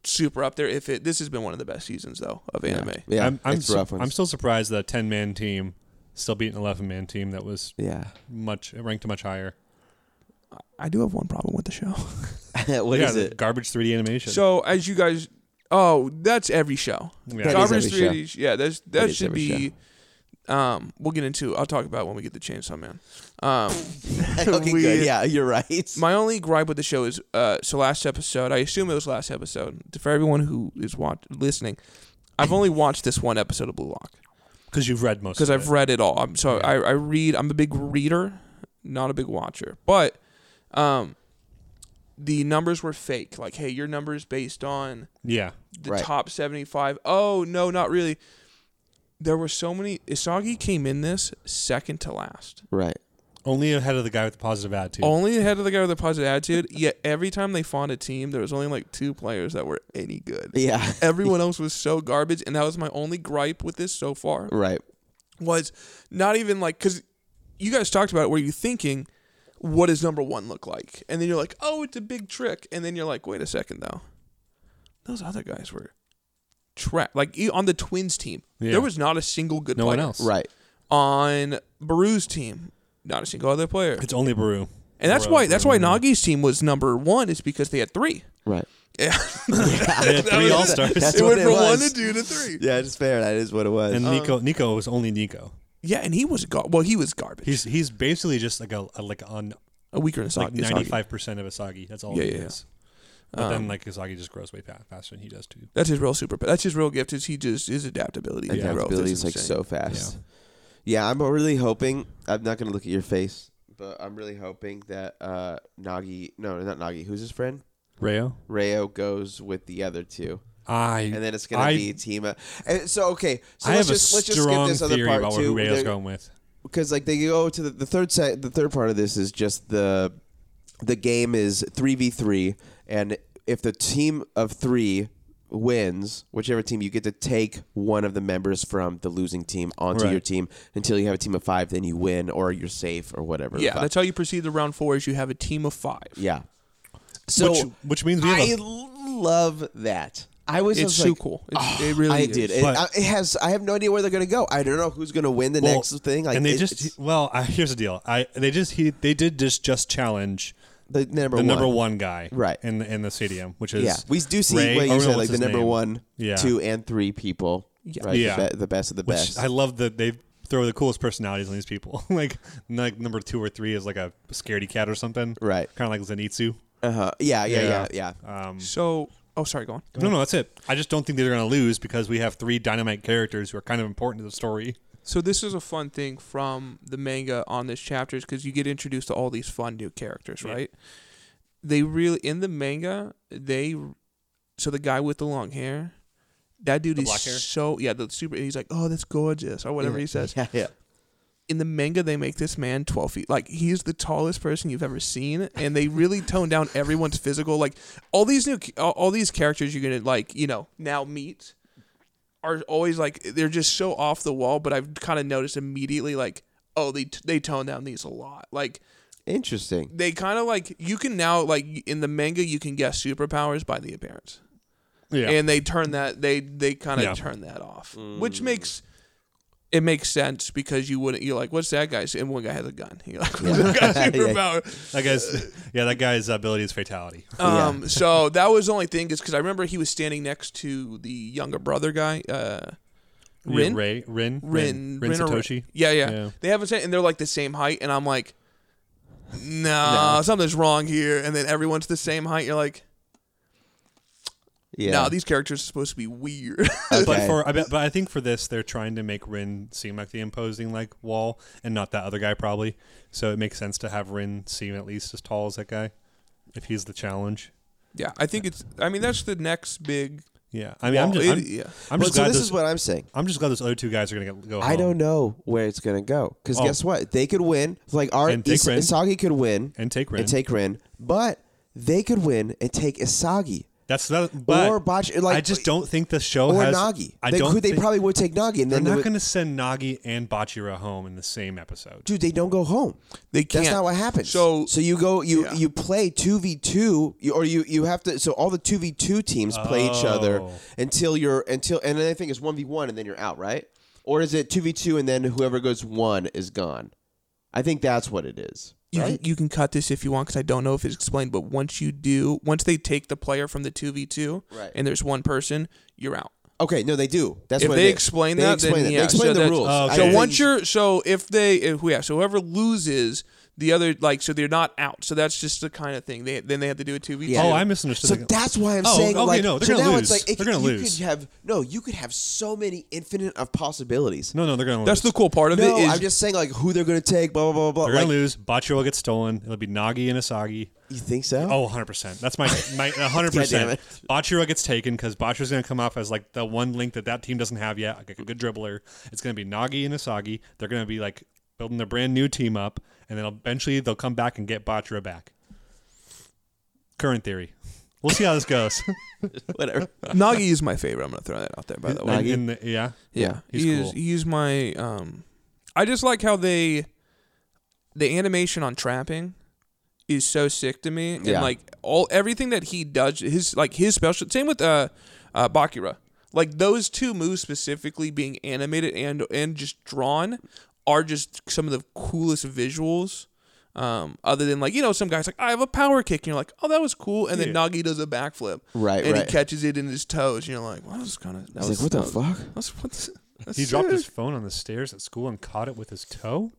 super up there if it. This has been one of the best seasons though of anime. Yeah. I'm I'm, it's su- rough ones. I'm still surprised that ten man team still beat an eleven man team that was yeah. much ranked much higher. I do have one problem with the show. What is yeah, the it? garbage 3D animation. So as you guys, oh, that's every show. Yeah. That is Garbage every three eighties. Yeah, that's that, That is should every be. Um, we'll get into. I'll talk about when we get the Chainsaw Man. Um, okay, we- good. Yeah, you're right. my only gripe with the show is uh, so last episode. I assume it was last episode. For everyone who is watch- listening, I've only watched this one episode of Blue Lock because you've read most. because of I've it. read it all. I'm, so I, I read. I'm a big reader, not a big watcher. But um, the numbers were fake. Like, hey, your number is based on yeah, the Right. top 75. Oh, no, not really. There were so many. Isagi came in this second to last. right. only ahead of the guy with the positive attitude. Only ahead of the guy with a positive attitude. Yet every time they found a team, there was only like two players that were any good. Yeah. Everyone else was so garbage, and that was my only gripe with this so far. Right. Was not even like because you guys talked about it, where you're thinking, what does number one look like, and then you're like, oh, it's a big trick, and then you're like, wait a second though, those other guys were trapped. Like e- on the Twins team, Yeah. there was not a single good no player. one else. Right. On Baru's team, not a single other player. It's only Baru. And that's Bro, why that's bro, why bro. Nagi's team was number one is because they had three. Right. Yeah, They had three was- all stars. that's- it what went it Uh, from one was. to two to three. Yeah, it's fair. That is what it was. And Nico, Nico was only Nico. Yeah, and he was gar- well, he was garbage. He's he's basically just like a, a like on a weaker than like Saki. ninety five percent of Asagi. That's all Yeah, he yeah, yeah. is. But then like Asagi just grows way fa- faster than he does too. That's his real super. That's his real gift is he just his adaptability. and growth adaptability is like insane. so fast. Yeah. I'm really hoping. I'm not gonna look at your face, but I'm really hoping that uh, Nagi. No, not Nagi. Who's his friend? Rayo, Rayo goes with the other two, I and then it's gonna I- be team up. And so okay, so I let's have just a let's just skip strong this other theory part about too. who Rayo's There- going with. because like they go to the, the third set the third part of this is just the the game is 3v3 and if the team of three wins whichever team you get to take one of the members from the losing team onto Right. your team until you have a team of five then you win or you're safe or whatever Yeah, But- that's how you proceed to round four. Is you have a team of five. yeah so which, which means we have i a love that i was It's just so like, "Ah, cool. It's, it really I is. did. It, But- I- it has. I have no idea where they're going to go. I don't know who's going to win the Well, next thing. Like, and they it- just it's well, I, here's the deal. I they just he they did just just challenge the number the one. number one guy Right. in the, in the stadium, which is Yeah, we do see Ray, what or you no, said, what's like the his number name? one, Yeah. two, and three people. Yeah, right? Yeah. The, be- the best of the Which best. I love that they throw the coolest personalities on these people. like n- like number two or three is like a scaredy cat or something, Right. Kind of like Zenitsu. uh-huh. Yeah, yeah, yeah, Yeah. yeah. Um, So oh, sorry, go on. no, no, that's it. I just don't think they're going to lose because we have three dynamite characters who are kind of important to the story. So this is a fun thing from the manga on this chapter is because you get introduced to all these fun new characters, Yeah. right? They really in the manga they, so the guy with the long hair, that dude The is black hair? so yeah the super and he's like oh that's gorgeous or whatever he says. yeah, yeah. In the manga they make this man twelve feet like he is the tallest person you've ever seen and they really tone down everyone's physical like all these new all, all these characters you're gonna like you know now meet are always like they're just so off the wall. But I've kind of noticed immediately like oh they they tone down these a lot. Like Interesting. they kind of like you can now like in the manga you can guess superpowers by the appearance, Yeah. and they turn that they they kind of Yeah. turn that off, Mm. which makes. It makes sense because you wouldn't. You're like, "What's that guy's?" And one guy has a gun. You're like, "What's that guy's superpower?" that guy's yeah, that guy's ability is fatality. Yeah. Um, so that was the only thing is because I remember he was standing next to the younger brother guy, uh, Rin. Ray, Rin, Rin, Rin, or- Satoshi. Yeah, yeah, Yeah. They haven't said, and they're like the same height, and I'm like, nah, something's wrong here. And then everyone's the same height. You're like, Yeah. nah, these characters are supposed to be weird. Uh, But Okay. for I bet, but I think for this they're trying to make Rin seem like the imposing like wall and not that other guy probably. So it makes sense to have Rin seem at least as tall as that guy if he's the challenge. yeah, I think it's. I mean, that's the next big Yeah, I mean, I'm Well, just, I'm, it- yeah. I'm But just so glad this those- is what I'm saying. I'm just glad those other two guys are gonna get, go. I home. don't know where it's gonna go because Oh. guess what? They could win. Like our And take Is- Rin. Isagi could win and take Ren. and take Rin, but they could win and take Isagi. That's that, but or botch. Like I just don't think the show or has Nagi. I they, don't. could, they think- probably would take Nagi, and They're then they not would- going to send Nagi and Bachira home in the same episode. dude, they don't go home. They can't. That's not what happens. So- so you go you Yeah. you play two v two, or you you have to. So all the two v two teams play each other Oh. until you're until, and then I think it's one v one, and then you're out, right? Or is it two v two, and then whoever goes one is gone? I think that's what it is. You, right? can, you can cut this if you want because I don't know if it's explained. But once you do, once they take the player from the two v two, Right. and there's one person, you're out. Okay, no, they do. That's if what they it is. explain They that, explain then it. yeah, They explain so the that's- rules. Oh, I okay. So think- once you're, so if they, if, yeah, so whoever loses, the other like, so they're not out. So that's just the kind of thing. They then they have to do a two v two. Oh, I misunderstood. So the- that's why I'm Oh, saying okay, like no, they're so gonna now lose. it's like it, They're gonna you lose. could have no, you could have so many infinite of possibilities. no, no, they're going to lose. That's the cool part of No, it. Is, I'm just saying like who they're gonna take, blah blah blah blah. They're Like, going to lose. Bachira will get stolen. It'll be Nagi and Asagi. you think so? Oh, 100%. That's my, my 100%. God damn it. Bachira gets taken because Bachira's going to come off as like the one link that that team doesn't have yet, like a good dribbler. It's going to be Nagi and Asagi. They're going to be like building their brand new team up, and then eventually they'll come back and get Bachira back. Current theory. We'll see how this goes. Whatever. Nagi is my favorite. I'm gonna throw that out there. By the way, In- in the- yeah. Yeah, he's he is. cool. He is my. Um, I just like how they, the animation on trapping, is so sick to me, Yeah. and like all everything that he does, his like his special. Same with uh, uh Bakura. Like those two moves specifically being animated and and just drawn are just some of the coolest visuals. Um, other than like you know some guys like I have a power kick and you're like oh that was cool and then Yeah. Nagi does a backflip Right, and right. he catches it in his toes and you're like wow that was kind of that I was was like, what the that- fuck? that's what the, that's He dropped sick. his phone on the stairs at school and caught it with his toe.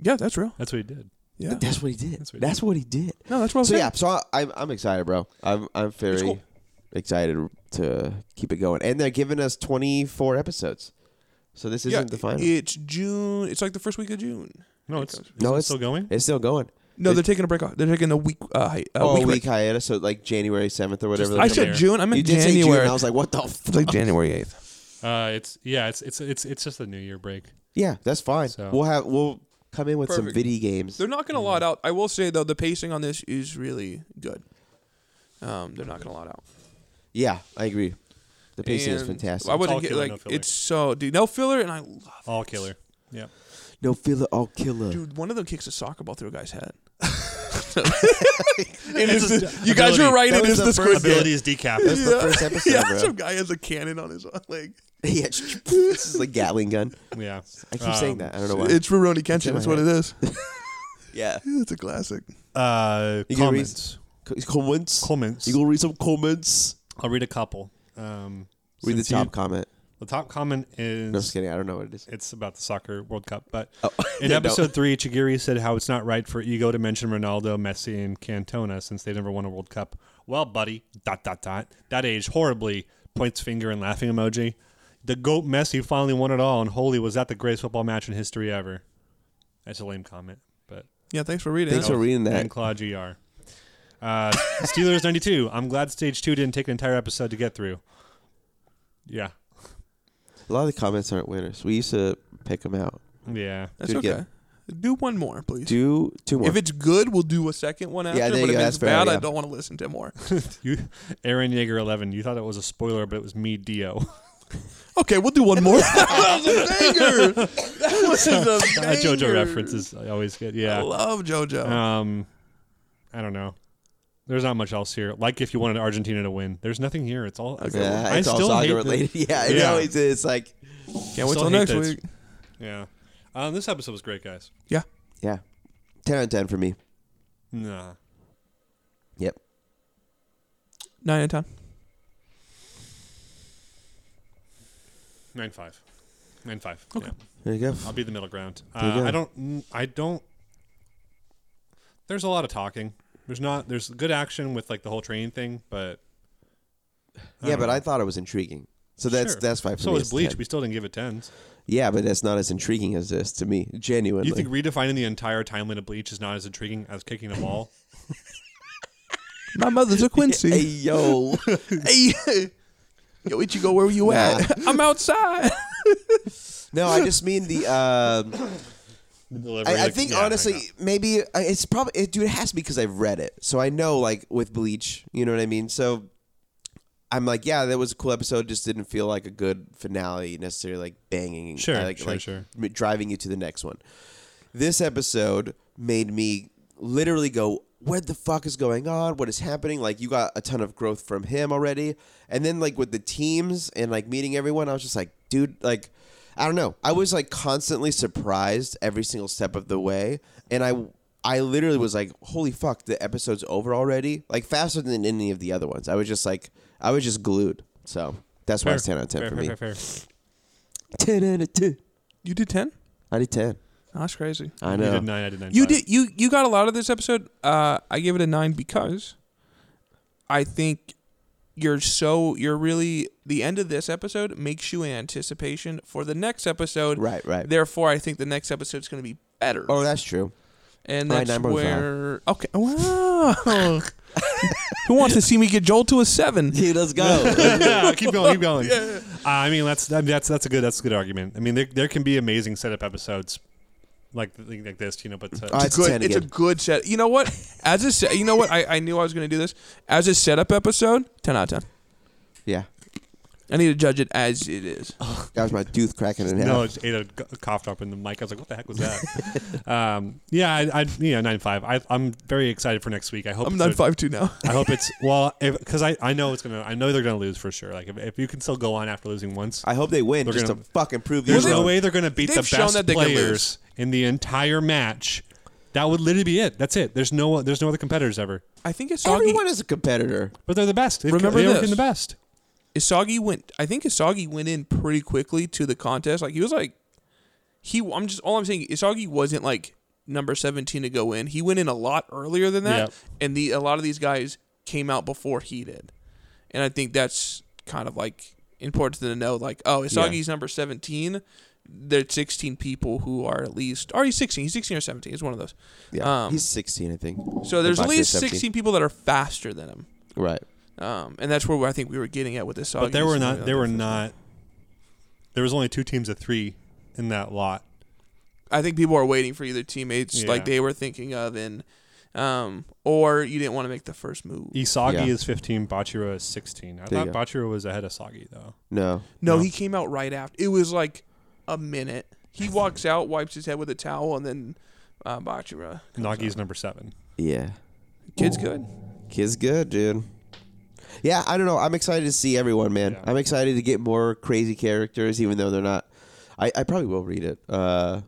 Yeah, that's real. That's what he did. Yeah. That's what he did. That's what he That's what he did. no, that's real. So yeah, so I, I'm I'm excited, bro. I'm I'm very Oh, cool. excited to keep it going, and they're giving us 24 episodes. So this isn't the final. It's June. It's like the first week of June. No, it's, is No, it it's- still going. it's still going. No, they're taking a break off. They're taking a week. Uh, hi- uh, oh, week a break. week hiatus, so like January 7th or whatever. Just- they're Come gonna I said here. June. I You meant did say January. June. and I was like, what the? F-? it's like January eighth. Uh, it's yeah, it's it's it's it's just the New Year break. Yeah, that's fine. So- We'll have we'll come in with some Perfect. video games. They're not gonna lot out. I will say though, the pacing on this is really good. Um, they're not gonna lot out. Yeah, I agree. The pacing is And fantastic. I all wouldn't get killer, like no filler. it's so dude no filler, and I love All killer. Yeah. no filler, all killer. dude. One of them kicks a soccer ball through a guy's head. And it's the- you guys were right. That It was is the the first squid game. Ability is decap. That's the first episode, Yeah, bro. some guy has a cannon on his leg. yeah, this is like Gatling gun. yeah. I keep Um, saying that. I don't know why. It's Rurouni Kenshin. in my That's what it is. yeah. It's a classic. Uh, You can read- comments. C- Comments. Comments. You gonna read some comments? I'll read a couple. Um, Read the since you- top comment. the top comment No, just is kidding. I don't know what it is. it's about the soccer World Cup, but Oh, in no. episode three, Chigiri said how it's not right for ego to mention Ronaldo, Messi, and Cantona since they never won a World Cup. Well, buddy, dot dot dot. That aged horribly. Points finger and laughing emoji. The goat Messi finally won it all, and holy was that the greatest football match in history ever. That's a lame comment, but Yeah, thanks for reading. Thanks it. for reading that. and Claude Gr. Uh, Steelers ninety two. I'm glad stage two didn't take an entire episode to get through. Yeah, A lot of the comments aren't winners. We used to pick them out. yeah. That's Do it okay. again. Do one more, please. Do two more. if it's good, we'll do a second one after. there you go. but if That's it's fair, bad, yeah. I don't want to listen to more. You, Aaron Yeager eleven. You thought it was a spoiler, but it was me, Dio. Okay, we'll do one more. that was a banger. That was a Uh, JoJo banger. references I always get. I Yeah. love JoJo. Um, I don't know. There's not much else here. Like if you wanted Argentina to win, there's nothing here. It's all. yeah, I it's all still hate soccer the- related. yeah, it Yeah. always is. Like, Can't wait still till hate next that. week. Yeah. Um, this episode was great, guys. Yeah. yeah, ten out of ten for me. Nah. Yep. Nine out of ten. Nine five. Nine five. Okay. Yeah. There you go. I'll be the middle ground. There you Uh, go. I don't. mm, I don't. There's a lot of talking. There's not. There's good action with like the whole train thing, but Yeah, but know. I thought it was intriguing. So that's Um, Sure. that's five for so me. is It's Bleach. 10. We still didn't give it tens. Yeah, but that's not as intriguing as this to me. Genuinely. You think redefining the entire timeline of Bleach is not as intriguing as kicking a ball? My mother's a hey Quincy. yo, Hey. Yo, Ichigo, where were you at? I'm outside. No, I just mean the. Um, The delivery, I, I like, uh, think yeah, honestly, know. maybe I- it's probably it, dude. It has to be because I've read it, so I know like with Bleach, you know what I mean. So I'm like, yeah, that was a cool episode. Just didn't feel like a good finale necessarily, like banging, Sure, I like, sure, like sure. m- driving you to the next one. This episode made me literally go, "What the fuck is going on? What is happening?" Like you got a ton of growth from him already, and then like with the teams and like meeting everyone, I was just like, dude, like. I don't know. I was like constantly surprised every single step of the way, and I I literally was like, "Holy fuck, the episode's over already!" Like faster than any of the other ones. I was just like, I was just glued. So that's why Fair. it's ten out of ten Fair, for fair, me. fair, fair. Ten out of ten. you did ten? I did ten. That's crazy. I You know. did nine. I did nine. You five. did you you got a lot of this episode. Uh, I gave it a nine because I think you're so you're really the end of this episode makes you in anticipation for the next episode. Right, right. Therefore, I think the next episode's going to be better. Oh, that's true. and All that's right, nine point five. where okay. Wow. Who wants to see me get Joel to a seven? let's go. yeah, keep going, keep going. Uh, I mean, that's that- that's that's a good that's a good argument. I mean, there there can be amazing setup episodes like like this, you know. But uh, to, All right. It's It's good. 10 It's a again. good set. You know what? As a set, you know what? I, I knew I was going to do this as a setup episode. Ten out of ten. yeah, I need to judge it as it is. that was my tooth cracking in half. no, I just ate a, g- coughed up in the mic. I was like, what the heck was that? um, yeah, I, I yeah nine five. I I'm very excited for next week. I hope I'm it's nine a- five two now. I hope it's well because I I know it's gonna I know they're gonna lose for sure. Like if, if you can still go on after losing once, I hope they win We're just gonna- to fucking prove you there's no wrong. way they're gonna beat the They've shown best that they can lose. players in the entire match. That would literally be it. That's it. There's no there's no other competitors ever. I think Isagi Everyone is a competitor. But they're the best. They've, Remember they've this. been the best. Isagi went. I think Isagi went in pretty quickly to the contest. Like he was like, he. I'm just all I'm saying. Isagi wasn't like number seventeen to go in. He went in a lot earlier than that, Yep. and the a lot of these guys came out before he did, and I think that's kind of like important to know. Like, oh, Isagi's number seventeen. There's sixteen people who are at least already sixteen. He's sixteen or seventeen. He's one of those. Yeah, Um, he's 16, I think. So there's at About to say least 17. sixteen people that are faster than him. Right. Um, and that's where I think we were getting at with this. But there were not. There were not. There was only two teams of three in that lot. I think people are waiting for either teammates Yeah. like they were thinking of, and um, or you didn't want to make the first move. Isagi Yeah. is 15. Bachiro is 16. I There thought you Bachiro was ahead of Sagi though. No. No, he came out right after. It was like a minute. He walks out, wipes his head with a towel, and then uh, Bachira. Nagi's number seven. Yeah. Kid's good. Kid's good, dude. Yeah, I don't know. I'm excited to see everyone, man. Yeah. I'm excited to get more crazy characters, even though they're not. I, I probably will read it. Uh,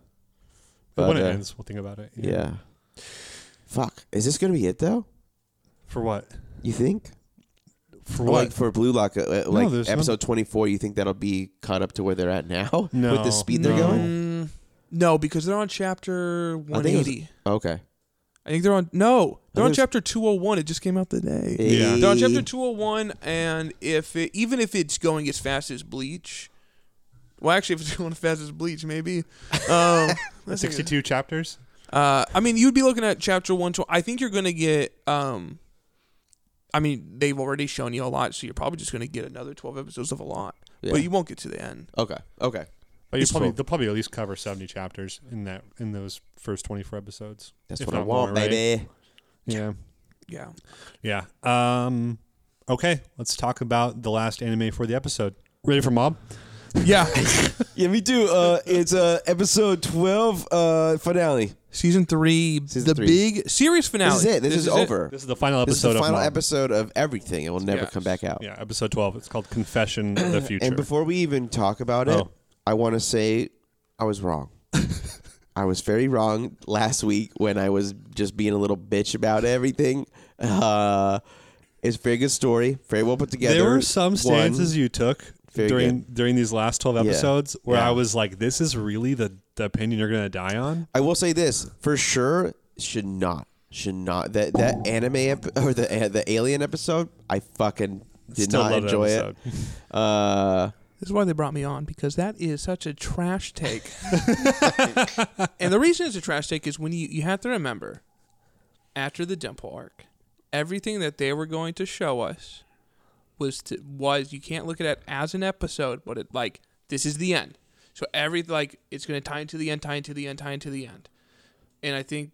But when But, it uh, ends, we'll think about it. yeah. Fuck. Is this gonna be it though? For what? You think? For Like what? for Blue Lock, uh, uh, like there's no- episode 24, you think that'll be caught up to where they're at now No. with the speed they're No. going? Mm, no, because they're on I chapter think it was- 180. I think, Okay. they're on. No, they're on there's- chapter 201. It just came out today. Yeah. They're on Eh, chapter 201, and if it, even if it's going as fast as Bleach, well, actually, if it's going as fast as Bleach, maybe. Um, that's a good- 62 chapters. Uh, I mean, you'd be looking at chapter one. tw- I think you're gonna get. Um, I mean, they've already shown you a lot, so you're probably just gonna get another 12 episodes of a lot, Yeah. but you won't get to the end. Okay. Okay. But Oh, you It's probably cool. they'll probably at least cover 70 chapters in that in those first 24 episodes. That's If what I not want, more, right? baby. Yeah. Yeah. Yeah. Um. Okay. Let's talk about the last anime for the episode. Ready for mob? Yeah. Yeah, me too. Uh, it's uh, episode 12 uh, finale. Season three, Season the three. big series finale. This is it. This, is, over. This is the final episode This is the of final mob. episode of everything. It will never Yes. come back out. Yeah, episode 12. It's called Confession of the Future. And before we even talk about it, Oh. I want to say I was wrong. I was very wrong last week when I was just being a little bitch about everything. Uh, it's a very good story, very well put together. there were some One- stances you took Very during during these last 12 Yeah. episodes where Yeah. I was like, this is really the, the opinion you're going to die on? I will say this for sure: should not, should not that that anime ep- or the the alien episode. I fucking did Still not love that enjoy it. episode. Uh, This is why they brought me on because that is such a trash take. and the reason it's a trash take is when you you have to remember, after the Dimple arc, everything that they were going to show us was to, was you can't look at it as an episode, but it like this is the end. So every like it's going to tie into the end, tie into the end, tie into the end. And I think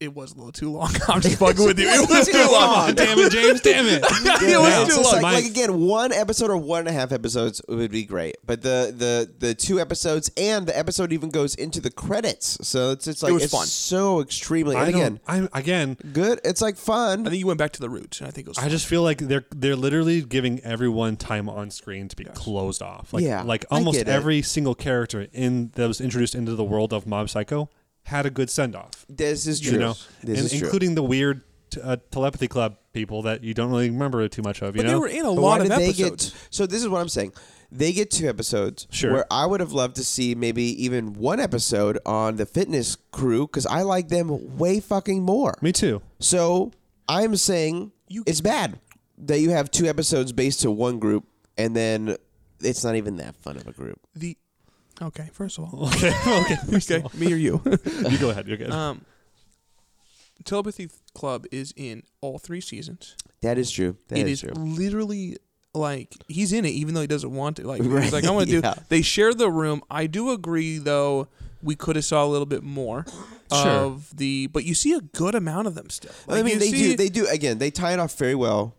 it was a little too long. I'm just fucking with you. It was too long. Oh, damn it, James. Damn it. it Yeah, Yeah, was so too just it's long. like, Mike. like again, one episode or one and a half episodes would be great, but the the the two episodes and the episode even goes into the credits, so it's it's like was it's fun. so extremely and I don't- again I'm, again, good. It's like I fun. think you went back to the roots, and I think it was. I just feel like they're they're literally giving everyone time on screen to be closed off. Like, Yeah, like I almost get it. every single character in that was introduced into the world of Mob Psycho had a good send off. This is true. You know, this and is true. including the weird t- uh, telepathy club people that you don't really remember too much of. You but know, they were in a But lot why of did they episodes. Get, so this is what I'm saying. They get two episodes. Sure. Where I would have loved to see maybe even one episode on the fitness crew because I like them way fucking more. me too. So I'm saying You- it's bad that you have two episodes based to one group and then it's not even that fun of a group. the okay, first of all, Okay, okay, okay, me or you. you go ahead. You're Uh, good. Um, Telepathy Club is in all three seasons. That is true. That is it is, true. literally like he's in it, even though he doesn't want to. Like Right, he's like, I want to yeah. do. They share the room. I do agree, though. We could have saw a little bit more Sure. of the, but you see a good amount of them still. I Like, mean, you they see- do. They do again. They tie it off very well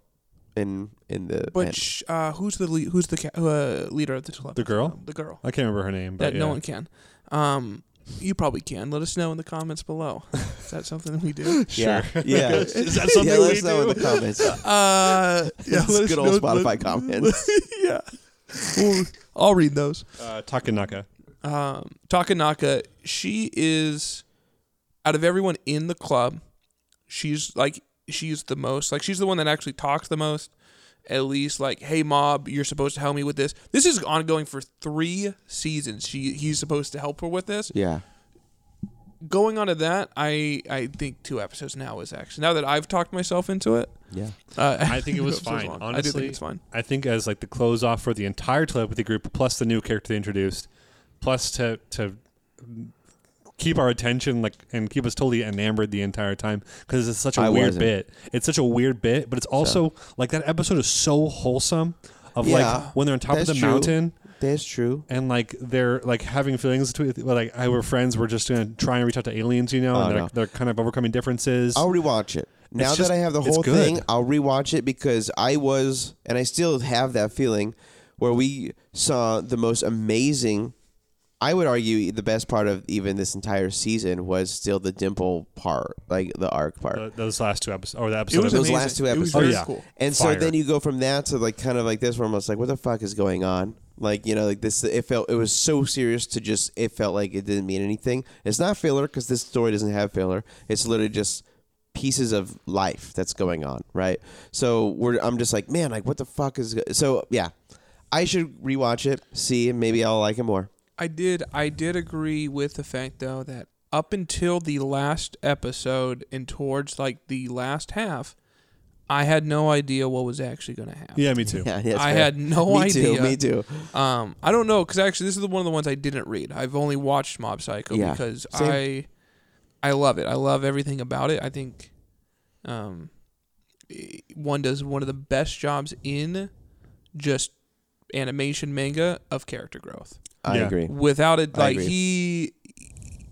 in in the. But end. sh- uh, who's the lead, who's the ca- uh, leader of the telepathy? The girl? Club? The girl I can't remember her name, but that yeah. no one can. Um, you probably can. Let us know in the comments below. Is that something that we do? yeah, yeah. Is that something yeah, let we us know in do? the comments. Uh, yeah, let us good old know- Spotify let- comments. yeah, Well, I'll read those. uh, Takanaka. um, Takanaka, she is out of everyone in the club, she's like she's the most like she's the one that actually talks the most. At least like, hey mob, you're supposed to help me with this. This is ongoing for three seasons. She he's supposed to help her with this. yeah. Going on to that, I I think two episodes now is actually now that I've talked myself into it. Yeah. Uh, I think it was episode's fine. long. I do Honestly, think it's fine. I think as like the close off for the entire telepathy group, plus the new character they introduced, plus to to keep our attention like and keep us totally enamored the entire time because it's such a I weird wasn't. bit. It's such a weird bit, but it's also like that episode is so wholesome of Yeah, like when they're on top of that's the true. mountain That's true. and like they're like having feelings to well, like I were friends we're just gonna try and reach out to aliens you know Oh, and they're, no. they're kind of overcoming differences I'll rewatch it. Now just- that I have the it's whole good. thing, I'll rewatch it because I was and I still have that feeling where we saw the most amazing I would argue the best part of even this entire season was still the dimple part, like the arc part. Th- those last two episodes or the It episode was of- those amazing. last two It was episodes. very Oh, yeah. cool. And Fire. so then you go from that to like kind of like this, where I'm just like, what the fuck is going on? Like you know, like this. It felt it was so serious to just. It felt like it didn't mean anything. It's not filler because this story doesn't have filler. It's literally just pieces of life that's going on, right? So we're. I'm just like, man, like what the fuck is. go-" So yeah, I should rewatch it, see, and maybe I'll like it more. I did I did agree with the fact though that up until the last episode and towards like the last half, I had no idea what was actually going to happen. yeah me too Yeah, yeah, it's I fair. had no me idea. Too, me too. Um, I don't know because actually this is the- one of the ones I didn't read. I've only watched Mob Psycho Yeah, because same. I, I love it. I love everything about it. I think, um, i- one does one of the best jobs in just animation manga of character growth I Yeah. agree. without it I like agree. he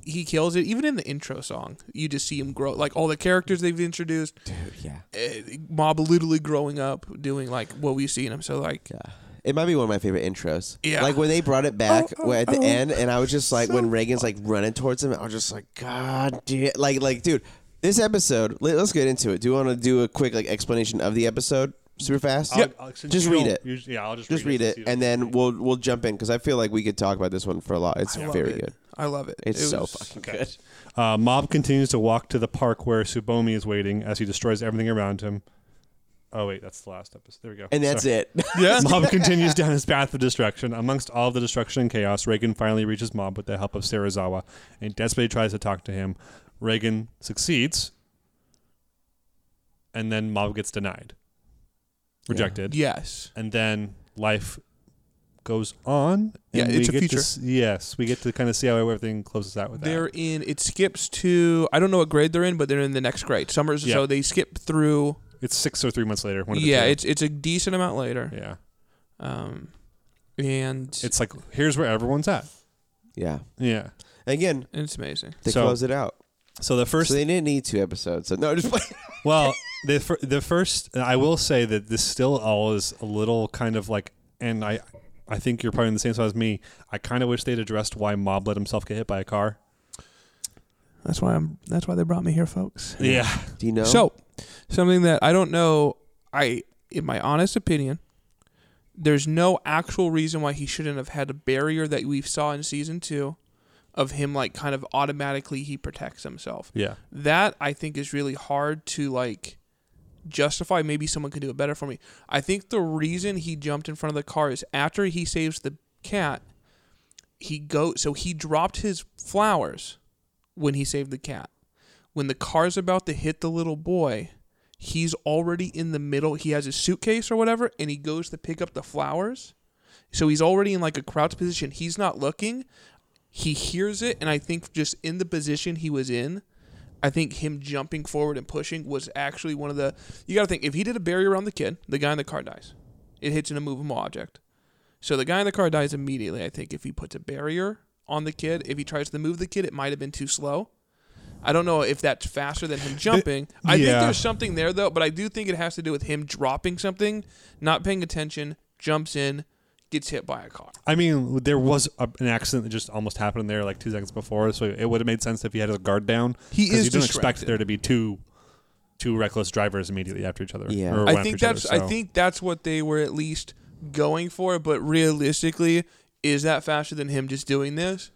he kills it even in the intro song you just see him grow like all the characters they've introduced Yeah. eh, mob literally growing up doing like what we see in him so like Yeah. It might be one of my favorite intros. Yeah. Like when they brought it back Oh, oh, at the oh. end, and I was just like, when Reagan's like running towards him, I was just like, God damn. Like, like, dude, this episode, let, us get into it. Do you want to do a quick like explanation of the episode super fast? I'll- I'll- since Just you read don't it. usually- yeah, I'll just, Just read it, since you and don't- then we'll we'll jump in because I feel like we could talk about this one for a lot. It's I love very it. good. i love it It's It so was- fucking Okay. Uh, Mob continues to walk to the park where Subomi is waiting as he destroys everything around him. Oh wait, that's the last episode. There we go. And that's it. Yeah. Mob continues down his path of destruction. Amongst all of the destruction and chaos, Reagan finally reaches Mob with the help of Sarazawa and desperately tries to talk to him. Reagan succeeds, and then Mob gets denied, rejected, yes and then life goes on. Yeah, and it's we a get to feature. s- yes, we get to kind of see how everything closes out with that. they're in it skips to i don't know what grade they're in but they're in the next grade summers Yeah. so they skip through It's six or three months later. One of the yeah, two. it's it's a decent amount later. yeah. Um, and it's, It's like here's where everyone's at. Yeah. Yeah. Again, it's amazing. they So- close it out. So the first So they didn't need two episodes. So no, just Well, the fir- the first I will say that this still all is a little kind of like, and I I think you're probably in the same spot as me. I kind of wish they'd addressed why Mob let himself get hit by a car. That's why I'm. That's why they brought me here, folks. Yeah, do you know? So, something that I don't know, I in my honest opinion, there's no actual reason why he shouldn't have had a barrier that we saw in season 2 of him like kind of automatically he protects himself. yeah, That I think is really hard to like justify maybe someone could do it better for me. I think the reason he jumped in front of the car is after he saves the cat, he go so he dropped his flowers when he saved the cat when the car's about to hit the little boy, he's already in the middle. He has his suitcase or whatever, and he goes to pick up the flowers. So he's already in like a crouched position. He's not looking. He hears it, and I think just in the position he was in, I think him jumping forward and pushing was actually one of the. You got to think if he did a barrier around the kid, the guy in the car dies. It hits an immovable object. So the guy in the car dies immediately. I think if he puts a barrier on the kid, if he tries to move the kid, it might have been too slow. I don't know if that's faster than him jumping. I think yeah. there's something there though, but I do think it has to do with him dropping something, not paying attention, jumps in, gets hit by a car. I mean, there was a, an accident that just almost happened there like two seconds before, so it would have made sense if he had his guard down. He 'cause is You don't expect distracted. there to be two two reckless drivers immediately after each other. Yeah. or one I after think each other, that's I so- think that's what they were at least going for, but realistically, is that faster than him just doing this?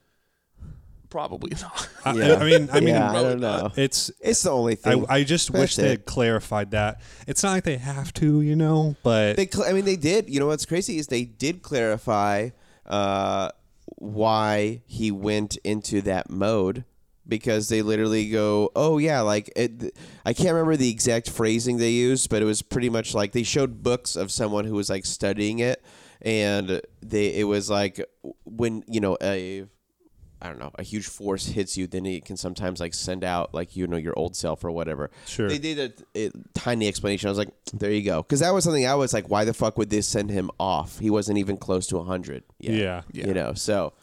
Probably not. I, Yeah. I mean, I mean, yeah, I don't know. it's. It's the only I, thing. I just wish That's they it. had clarified that. It's not like they have to, you know, but They, cl- I mean, they did. You know what's crazy is they did clarify uh, why he went into that mode because they literally go, "Oh yeah," like it, I can't remember the exact phrasing they used, but it was pretty much like they showed books of someone who was like studying it, and they it was like when you know a I don't know, a huge force hits you, then it can sometimes like send out like you know your old self or whatever. Sure. They did a, a tiny explanation. I was like, there you go, because that was something I was like, why the fuck would this send him off? He wasn't even close to hundred. Yeah. Yeah. You know, so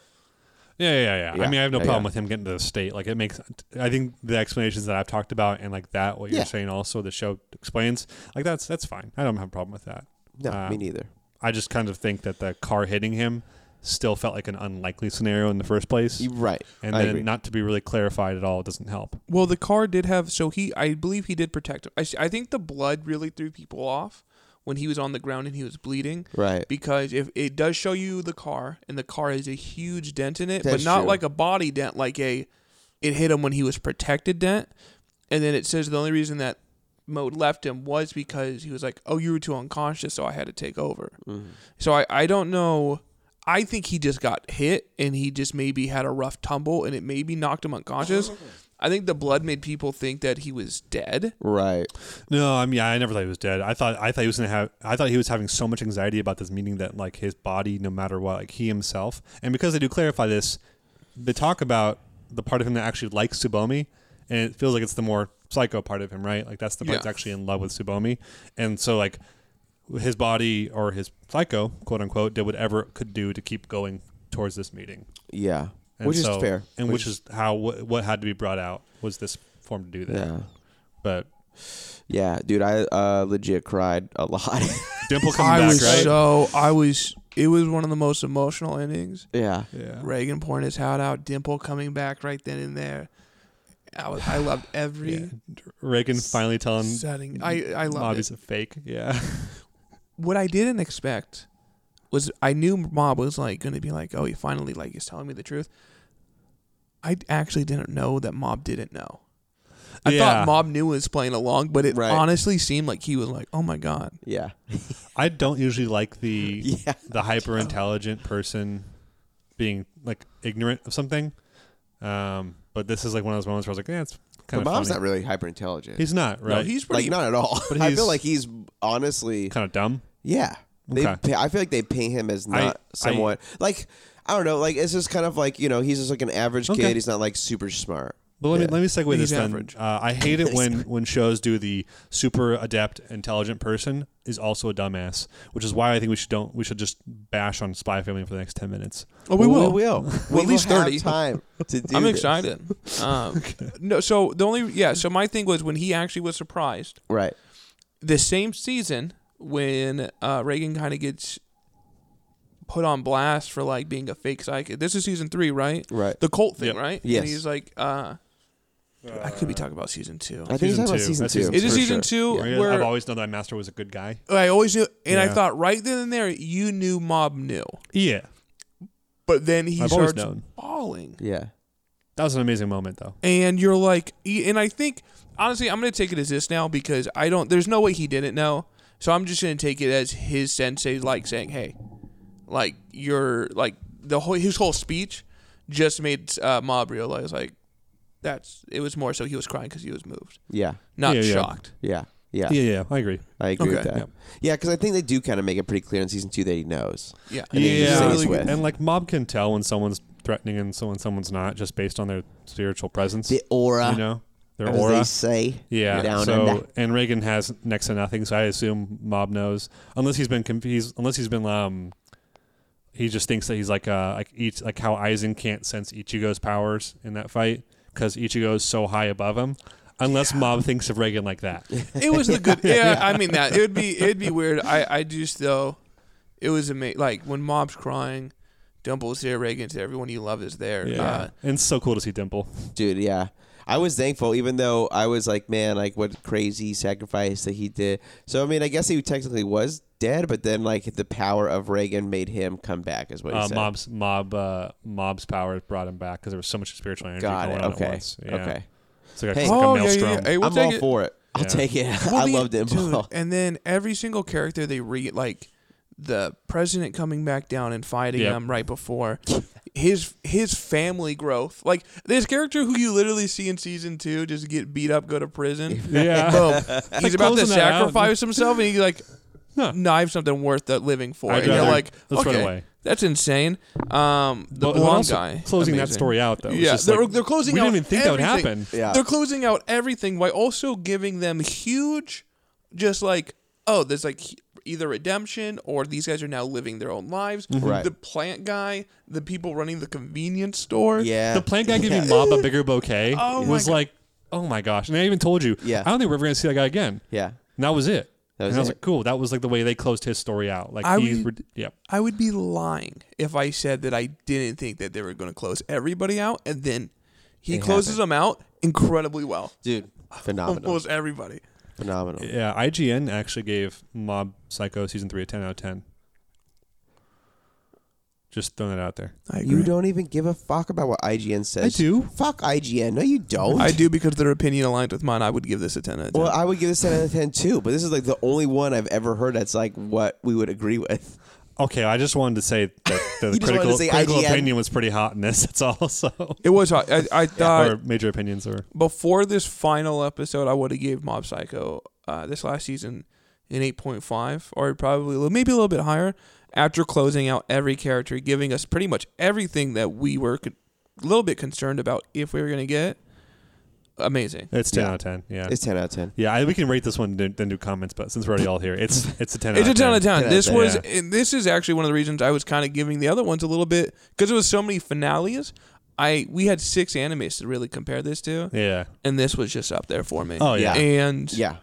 Yeah, yeah, yeah. I Yeah, mean, I have no yeah, problem yeah. with him getting to the state. Like, it makes. I think the explanations that I've talked about and like that, what you're Yeah. saying, also the show explains. Like, that's that's fine. I don't have a problem with that. no, Uh, me neither. I just kind of think that the car hitting him still felt like an unlikely scenario in the first place, You're right. and I then agree. not to be really clarified at all doesn't help. Well, the car did have so he I believe he did protect him. I, s- I think the blood really threw people off when he was on the ground and he was bleeding right. because if it does show you the car and the car has a huge dent in it, but That's not true. like a body dent, like a it hit him when he was protected dent. And then it says the only reason that mode left him was because he was like, "Oh, you were too unconscious, so I had to take over." So I I don't know. I think he just got hit and he just maybe had a rough tumble and it maybe knocked him unconscious. I think the blood made people think that he was dead. Right. No, I mean, yeah, I never thought he was dead. I thought I thought he was gonna have. I thought he was having so much anxiety about this meeting that like his body, no matter what, like he himself. And because they do clarify this, they talk about the part of him that actually likes Subomi, and it feels like it's the more psycho part of him, right? Like that's the part Yeah. that's actually in love with Subomi, and so like his body or his psycho, quote unquote, did whatever it could do to keep going towards this meeting, Yeah. And which so- is fair. and which, is how what, what had to be brought out was this form to do that. yeah. But Yeah, dude, I uh, legit cried a lot. Dimple comes I back, was right? so I was it was one of the most emotional endings. yeah. yeah. Reagan pouring his heart out, Dimple coming back right then and there. I, was, I loved every Reagan finally telling setting. I I loved Mob it. is a fake. Yeah. What I didn't expect was I knew Mob was like going to be like, oh, he finally like is telling me the truth. I actually didn't know that Mob didn't know. I Yeah. thought Mob knew he was playing along, but it Right. honestly seemed like he was like, oh my god. Yeah. I don't usually like the Yeah. the hyper intelligent person being like ignorant of something. Um, but this is like one of those moments where I was like, yeah, it's kind But of mom's funny. not really hyper intelligent. He's not right. No, he's like pretty. not at all. But I he's- feel like he's honestly kind of dumb. Yeah. They Okay. pa- I feel like they paint him as I- not somewhat like I don't know, like it's just kind of like, you know, he's just like an average Okay. kid. He's not like super smart. But let me let me segue this He's then. average. Uh, I hate it when when shows do the super adept, intelligent person is also a dumbass, which is why I think we should don't we should just bash on Spy Family for the next ten minutes. Oh, we Well, will. We will. We at least will have 30. time to do I'm this. excited. Um, No, so the only yeah. So my thing was when he actually was surprised. Right. the same season when uh, Reagan kind of gets put on blast for like being a fake psychic. This is season three, right? Right. The cult thing, Yep. right? Yes. And he's like, uh, I could be talking about season two. I think it's Season about two. season That's two. season Is it for season two Right? I've where always known that Master was a good guy. I always knew, and I Yeah. thought right then and there you knew Mob knew, Yeah, but then he I've always starts known. bawling, Yeah. That was an amazing moment though. and you're like, e- and I think honestly, I'm gonna take it as this now because I don't. There's no way he didn't know, so I'm just gonna take it as his sensei like saying, "Hey, like your like the whole his whole speech just made uh, Mob realize like that's it was more so he was crying because he was moved, Yeah. not Yeah, yeah. shocked. Yeah. Yeah. Yeah, yeah, I agree. I agree with Okay. that. Yeah, because I think they do kind of make it pretty clear in season two that he knows. Yeah, And he just yeah, stays really good. with. and like Mob can tell when someone's threatening and so when someone's not, just based on their spiritual presence. The aura, you know, their as aura. they say. Yeah. Down so under. and Reagan has next to nothing, so I assume Mob knows, unless he's been confused, unless he's been um, he just thinks that he's like uh like each like how Aizen can't sense Ichigo's powers in that fight because Ichigo's so high above him. Unless Mob thinks of Reagan like that, it was the good. Yeah, I mean that. It would be it'd be weird. I I just though, it was amazing. Like when Mob's crying, Dumbledore's there, Reagan's there, everyone you love is there. yeah, Uh, and it's so cool to see Dimple. Dude, yeah. I was thankful, even though I was like, man, like what crazy sacrifice that he did. So I mean, I guess he technically was dead, but then like the power of Reagan made him come back, is what he Uh, said. mob's mob uh, mob's power brought him back because there was so much spiritual energy Got going it. on at Okay. once. Yeah. Okay. it's like a, Hey. it's like a Oh, yeah, yeah, maelstrom. yeah. Hey, we'll I'm take all it. for it. I'll Yeah. take it. Well, I the- loved it. dude, and then every single character they read, like the president coming back down and fighting Yep. him right before his his family growth. Like this character who you literally see in season two just get beat up, go to prison. Yeah. Boom. He's about to closing that out. sacrifice himself, and he like Huh. knives something worth the living for. I'd and you're rather- like, let's run okay, away. that's insane. Um, the But- but blonde also guy, closing that amazing. story out though. was Yeah, just they're, like, they're closing We out. didn't even think that would everything. happen. Yeah. They're closing out everything while also giving them huge, just like, oh, there's like he- either redemption or these guys are now living their own lives. Mm-hmm. Right. The plant guy, the people running the convenience store. yeah. The plant guy giving Yeah. Mob a bigger bouquet Oh my was God. like, oh my gosh. And I even told you, Yeah. I don't think we're ever going to see that guy again. Yeah. And that was it. That was and I was it. like, cool. That was like the way they closed his story out. Like, I he's, would- re- yeah. I would be lying if I said that I didn't think that they were going to close everybody out, and then he It closes happened. them out incredibly well. Dude, phenomenal. Almost everybody. phenomenal. Yeah. IGN actually gave Mob Psycho season three a 10 out of 10. Just throwing that out there. I You don't even give a fuck about what IGN says. I do. Fuck IGN. No, you don't. I do because their opinion aligned with mine. I would give this a ten out of ten. Well, I would give this 10 out of 10 too, but this is like the only one I've ever heard that's like what we would agree with. Okay. I just wanted to say that the You just wanted to critical, say critical IGN. opinion was pretty hot in this. That's all. So, it was. hot. I, I thought or major opinions or. before this final episode, I would have gave Mob Psycho uh, this last season an 8.5 or probably a little- maybe a little bit higher after closing out every character, giving us pretty much everything that we were con- a little bit concerned about if we were going to get. Amazing. It's 10 Yeah. out of 10. Yeah. It's 10 out of 10. yeah, I, we can rate this one then then do comments, but since we're already all here, it's it's a ten. It's a 10 out of 10. Yeah, This yeah. was and this is actually one of the reasons I was kind of giving the other ones a little bit cuz it was so many finales. I we had six animes to really compare this to Yeah, and this was just up there for me. Oh, yeah. And Yeah.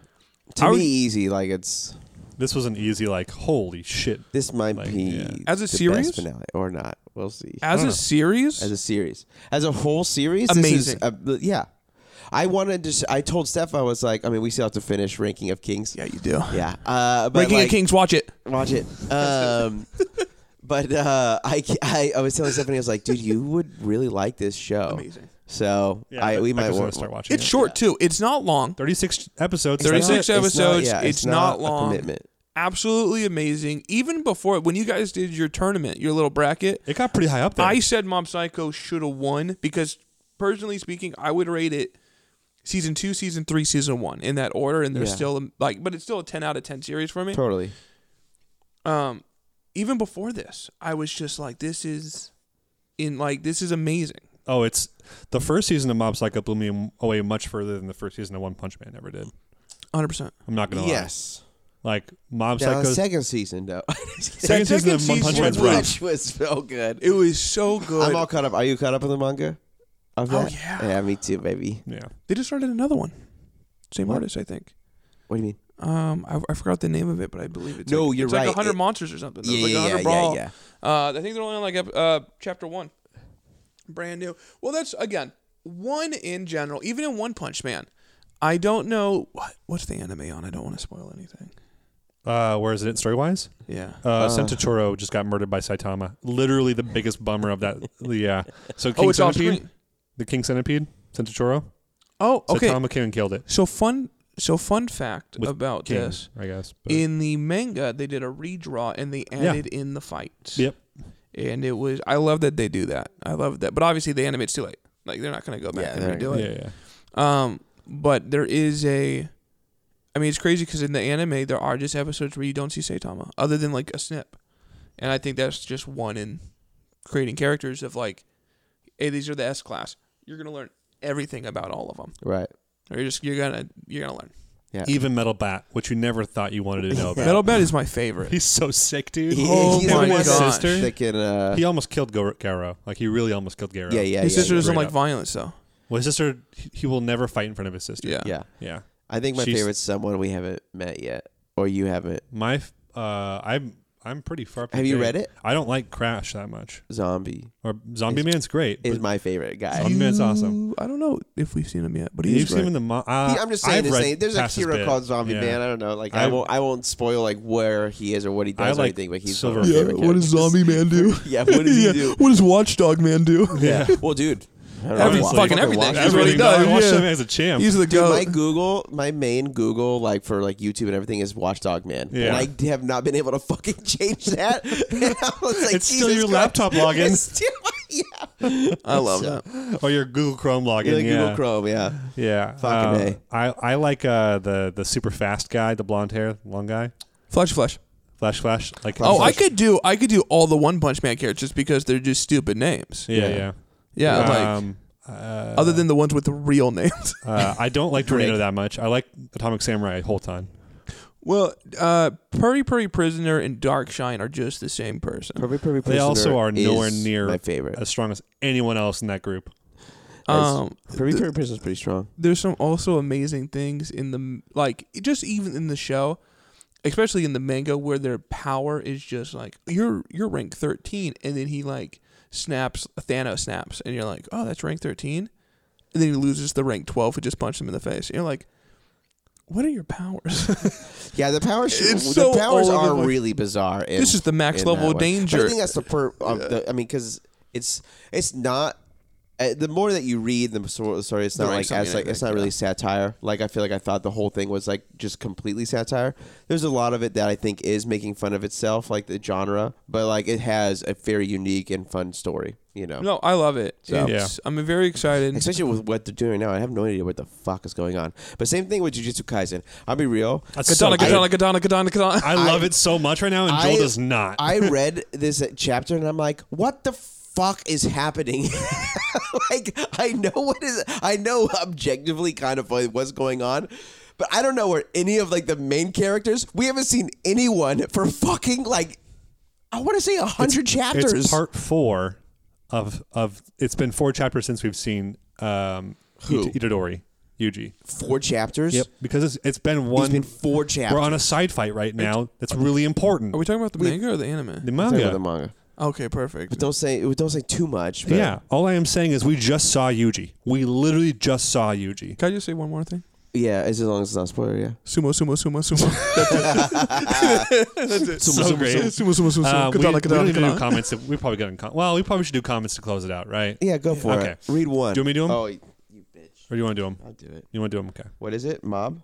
To I me, would- easy. Like it's this was an easy like holy shit. this might Like, be yeah. As a the best series? finale or not. We'll see. as a know. series, As a series, as a whole series, Amazing. This is a, yeah, I wanted to. s- I told Steph I was like, I mean, we still have to finish Ranking of Kings. Yeah, you do. Yeah. Uh, but Ranking like, of Kings, watch it. Watch it. Um, but uh, I, I, I was telling Stephanie, I was like, dude, you would really like this show. Amazing. So I, we might want want to start watching. It's short too. It's not long. Thirty-six episodes. Thirty That's it. six episodes. It's, yeah, not, a long. commitment. Absolutely amazing. Even before when you guys did your tournament, your little bracket, It got pretty high up there. I said Mob Psycho should have won because personally speaking, I would rate it season two, season three, season one in that order, and there's Yeah. still a- like, but it's still a ten out of ten series for me. Totally. um even before this i was just like this is in like this is amazing Oh, it's the first season of Mob Psycho blew me m- away much further than the first season of One Punch Man ever did. 100%. I'm not gonna yes. lie. Like Mob Now, the Psycho, second season, though. second, season of One second Punch season Man's was- rough. Which was so good. It was so good. I'm all caught up. Are you caught up on the manga? Of Oh, that? yeah. me too, baby. Yeah, they just started another one. Same What? artist, I think. What do you mean? Um, I, I forgot the name of it, but I believe it's No, like, you're it's right. Like hundred It- monsters or something. It was like 100 brawl. Uh, I think they're only on like uh, chapter one, brand new. Well, that's again one in general. Even in One Punch Man, I don't know what what's the anime on. I don't want to spoil anything. uh, where is it story wise? Yeah, Uh, Sentachoro just got murdered by Saitama. Literally the biggest bummer of that. Yeah. So King Oh, it's off Centipede, screen. the King Centipede, Sentachoro. Oh, okay. Saitama came and killed it. So fun. So fun fact With about King, this: I guess. but- in the manga, they did a redraw and they added in the fights. yep. And it was I love that they do that. I love that, but obviously the animate's too late. Like they're not gonna go back Yeah, and they're- redo it. Yeah, yeah. Um, but there is a. I mean, it's crazy because in the anime there are just episodes where you don't see Saitama, other than like a snip, and I think that's just one in creating characters of like, hey, these are the S class. You're gonna learn everything about all of them, Right. or you're just you're gonna you're gonna learn. Even Metal Bat, which you never thought you wanted to know about. Metal Bat is my favorite. He's so sick, dude. Oh Him my and his gosh. sister. Thinking, uh, He almost killed Gar- Garo. Like he really almost killed Garo. yeah, yeah. His yeah, sister yeah. doesn't Straight like up. violence though. Well, his sister, he- he will never fight in front of his sister. Yeah. Yeah. Yeah. I think my She's- favorite's someone we haven't met yet, or you haven't. My, f- uh, I'm, I'm pretty far. Up to Have you date. read it? I don't like Crash that much. Zombie Or Zombie Man's great. is but my favorite guy. Zombie- Man's awesome. You- I don't know if we've seen him yet, but You've he's seen him in the. Mo- uh, He- I'm just saying. I've Just read saying there's a past his hero bit. called Zombie Yeah. Man. I don't know. Like I, I- won't. I won't spoil like where he is or what he does I or like anything. But he's Silver one of my Yeah, favorite characters. Man do? Yeah. What does he do? What does Watchdog Man do? Yeah. Well, dude. I don't know. Every- Wa- Honestly, fucking everything. Watchmen. That's what he Everything. No, does, I watched yeah. him as a champ. He's the Dude, goat. my Google, my main Google, like for like YouTube and everything, is Watchdog Man, Yeah. and I d- have not been able to fucking change that. And I was like, It's still Jesus your Christ. laptop login. It's still- yeah, I love So- that. or your Oh, Google Chrome login. You're like yeah. Google Chrome, yeah. Yeah. Fucking Um, I I like uh, the the super fast guy, the blonde hair, long guy, Flash, flash. Flash Flash. Like Flash Oh, I Flash. could do I could do all the One Punch Man characters because they're just stupid names. Yeah, Yeah. yeah. Yeah, like um, uh, other than the ones with the real names. uh, I don't like Tornado that much. I like Atomic Samurai a whole ton. well, uh, Purry Purry Prisoner and Dark Shine are just the same person. Perfect, perfect. They also Prisoner are nowhere is near my favorite. as strong as anyone else in that group. Um, Perfect, perfect Prisoner is pretty strong. there's some also amazing things in the like just even in the show, especially in the manga where their power is just like you're you're rank 13 and then he like snaps Thanos snaps and you're like, "Oh, that's rank 13?" And then he loses the rank 12 who just punched him in the face. And you're like, "What are your powers?" Yeah, the powers. It's the so powers all over are the place. really bizarre. in- This is the max in level that of way. danger. But I think that's the per. Um, the, I mean, because it's it's not. Uh, the more that you read the sor- story, it's not Right, like something as like it's like not that. really satire. Like I feel like I thought the whole thing was like just completely satire. There's a lot of it that I think is making fun of itself, like the genre, but like it has a very unique and fun story. You know, No, I love it. So- It's- I'm very excited. especially with what they're doing now. I have no idea what the fuck is going on. But same thing with Jujutsu Kaisen. I'll be real. That's so Katana, good. katana, katana, katana, katana. I love it so much right now, and Joel I- does not. I read this chapter and I'm like, what the fuck is happening? like, I know what is, I know objectively kind of what's going on, but I don't know where any of like the main characters. We haven't seen anyone for fucking like, I want to say a hundred chapters. it's part four of of. It's been four chapters since we've seen um, Who? It- Itadori Yuji. four chapters. Because it's it's been It's one. been four we're chapters. on a side fight right now. That's really important. Are we talking about the manga or the anime? the Talking manga. about the manga. Okay, perfect. Don't say don't say too much. But Yeah. All I am saying is we just saw Yuji. We literally just saw Yuji. Can I just say one more thing? yeah. As long as it's not spoiler, yeah. Sumo, sumo, sumo, sumo. So, great. sumo, sumo, sumo, Uh, sumo. we, we Katana, don't katana, need to do katana. comments. that- We probably got in com- well. We probably should do comments to close it out, right? Yeah, go for Okay. it. Read one. Do you want me to do 'em? Oh, you bitch. Or do you want to do them? I'll do it. You want to do them? Okay. What is it? Mob?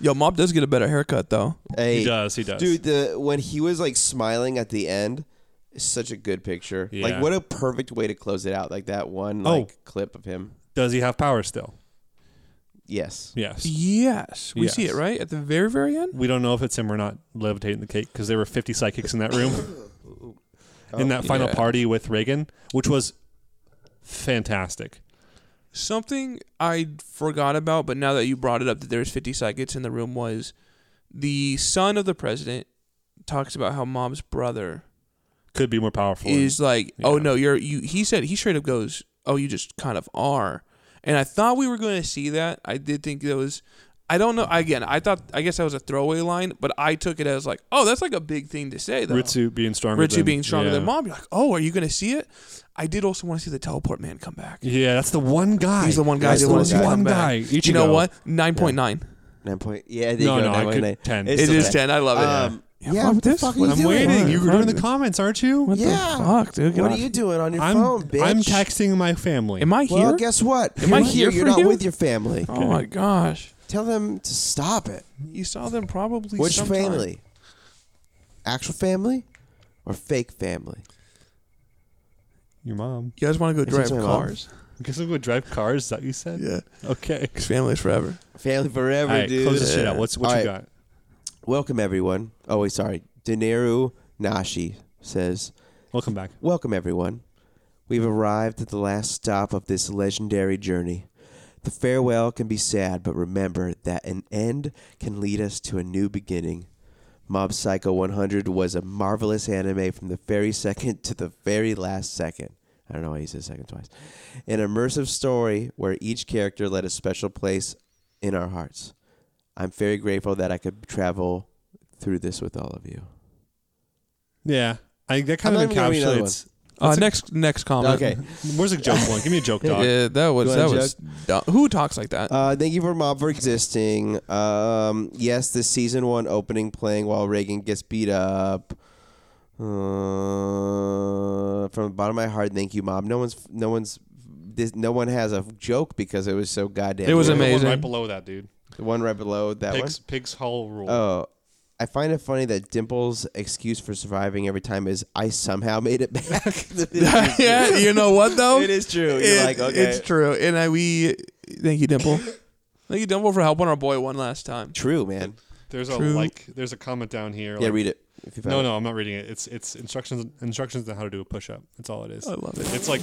Yo, Mob does get a better haircut though. Hey, He does. He does. dude, the when he was like smiling at the end, is such a good picture. Like, Yeah. what a perfect way to close it out. Like that one Oh. like clip of him. Does he have power still? Yes. Yes. Yes, we see Yes. it right at the very, very end. We don't know if it's him or not levitating the cake because there were 50 psychics in that room. in that final Yeah. party with Reagan, which was fantastic. Something I forgot about, but now that you brought it up, that there was 50 psychics in the room was the son of the president talks about how mom's brother Could be more powerful. is like, oh Yeah. no, you're you. He said he straight up goes, oh, you just kind of are. And I thought we were going to see that. I did think that was. I don't know. Again, I thought. I guess that was a throwaway line, but I took it as like, oh, that's like a big thing to say though. Ritsu being stronger. Richie than, being stronger yeah. than mom. You're like, oh, are you going to see it? I did also want to see the teleport man come back. Yeah, that's the one guy. He's the one guy. That's I the did want one to see guy. come One back. guy. You know Ichigo. what? Nine point nine. Nine point. Yeah, there No, you go. no, I 9.9. could ten. It's It still is ten. ten. I love it. Um, Yeah, yeah, what what the this- fuck are you I'm doing? waiting. You were in the What? comments, aren't you? what yeah. the fuck, dude? Get What off- are you doing on your I'm phone, bitch? I'm texting my family. Am I here? Well, guess what? Am I You're here You're for not you? with your family. oh my gosh! Tell them to stop it. You saw them probably. Which sometime. family? Actual family or fake family? Your mom. You guys want to go Is drive this my mom? cars? I guess we'll go drive cars. Is that what you said? Yeah, Okay. because family's forever. Family forever, All right, dude. close this shit out. What's what All you right. got? Welcome everyone. Oh wait, sorry. Daneru Nashi says, Welcome back. "Welcome everyone. We've arrived at the last stop of this legendary journey. The farewell can be sad, but remember that an end can lead us to a new beginning." Mob Psycho 100 was a marvelous anime from the very second to the very last second. I don't know why he said second twice. An immersive story where each character led a special place in our hearts. I'm very grateful that I could travel through this with all of you. Yeah, I that kind of I'm not even gonna read another encapsulates. Uh, That's a- next, next comment. Okay. Where's a joke one? Give me a joke, dog. Yeah, that was Go that ahead, was. dumb. Who talks like that? Uh, thank you for Mob for existing. Um, yes, this season one opening playing while Reagan gets beat up. Uh, from the bottom of my heart, thank you, Mob. No one's, no one's, this, no one has a joke because it was so goddamn. It was weird. There's one amazing. Right below that, dude. The one right below that one. Pigs, pigs Hall rule. Oh, I find it funny that Dimple's excuse for surviving every time is I somehow made it back. yeah, you know what though? It is true. You're It- like, okay. It's true. And I we thank you, Dimple. thank you, Dimple, for helping our boy one last time. true, man. there's a true. like. There's a comment down here. Yeah, like- read it. If you found No, it. no, I'm not reading it. It's it's instructions instructions on how to do a push up. That's all it is. I love it. It's like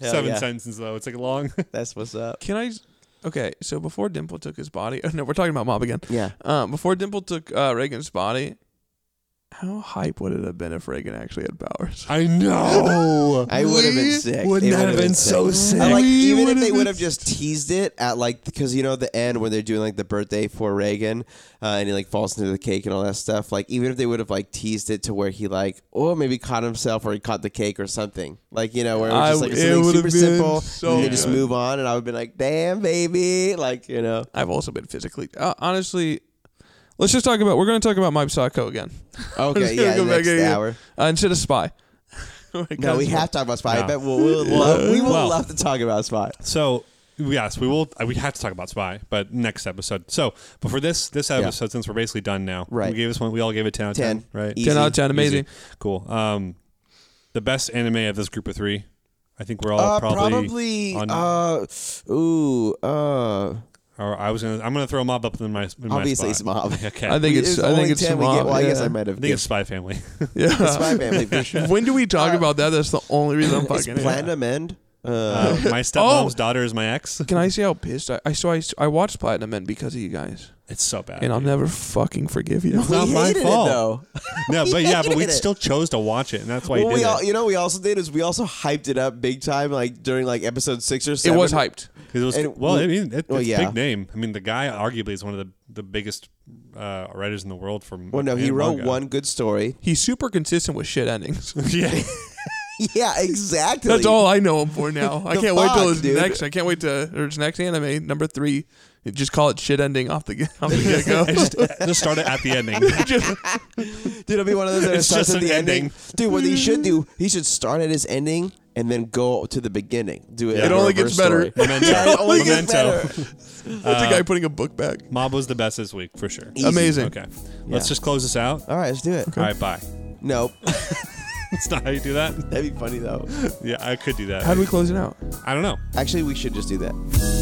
Hell seven yeah. sentences though. It's like long. That's what's up. Can I? s- Okay, so before Dimple took his body, oh no, we're talking about Mob again. Yeah. Um, before Dimple took uh, Reagan's body, how hype would it have been if Reagan actually had powers? I know. I would have been sick. Wouldn't It that would have been so sick? I like, We even would if they have would been have just teased it at like, because you know the end where they're doing like the birthday for Reagan, uh, and he like falls into the cake and all that stuff. Like, even if they would have like teased it to where he like, oh, maybe caught himself or he caught the cake or something. Like, you know, where it was just I- like it something would super have been simple, so and they just good. move on, and I would have been like, damn, baby, like you know. I've also been physically. Uh, honestly, let's just talk about. We're going to talk about Mob Psycho again Okay, just gonna yeah, go the next back in. hour. uh, instead of Spy. No, we have to talk about Spy. No. I bet we'll, we'll love, we will Well- love to talk about Spy. So yes, we will. uh, We have to talk about Spy, but next episode. So, but for this this episode, since we're basically done now, Right. We gave this one. We all gave it ten out of ten, 10. right? Easy. ten out of ten. Amazing. Easy. Cool. Um, the best anime of this group of three. I think we're all Uh, probably, probably, on- uh, ooh, uh, Or I was gonna. I'm gonna throw mob up in my. In obviously my it's spot. Mob. Okay. I think We- it's. the I think only it's 10 we Mob. get- Well, I guess yeah. I might have. I think it's guessed. Spy Family. Yeah. It's Spy Uh, Family for sure. When do we talk about that? That's the only reason I'm It's fucking. Platinum End. Uh, Uh, my Oh! stepmom's daughter is my ex. Can I see how pissed I? I so I, I watched Platinum Men because of you guys, It's so bad. and I'll dude. never fucking forgive you. It's not we my hated fault. it though. No, but yeah, but we hated it. still chose to watch it, and that's why Well, you we did all, it. you know, what we also did is we also hyped it up big time, like during like episode six or It seven. was hyped. 'Cause It was, and well, we- I mean, it, well, it's yeah. big name. I mean, the guy arguably is one of the, the biggest uh, writers in the world. From Well, no, he and wrote manga. one good story. He's super consistent with shit endings. yeah, yeah, exactly. That's all I know him for now. I The can't wait till fuck, his dude. next. I can't wait to or his next anime number three. Just call it shit ending off the off the get go. It just, just start it at the ending. Dude, it'll be one of those that It's starts just at an the ending. ending. Dude, what he should do, he should start at his ending and then go to the beginning. Do it. Yeah. It in a only reverse gets better. story. Memento. Yeah, it only gets Memento. better. That's a guy putting a book back. Mob was the best this week for sure. Easy. Amazing. Okay, let's just close this out. All right, let's do it. All right, bye. Nope. That's not how you do that. That'd be funny though. Yeah, I could do that. How do we close it out? I don't know. Actually, we should just do that.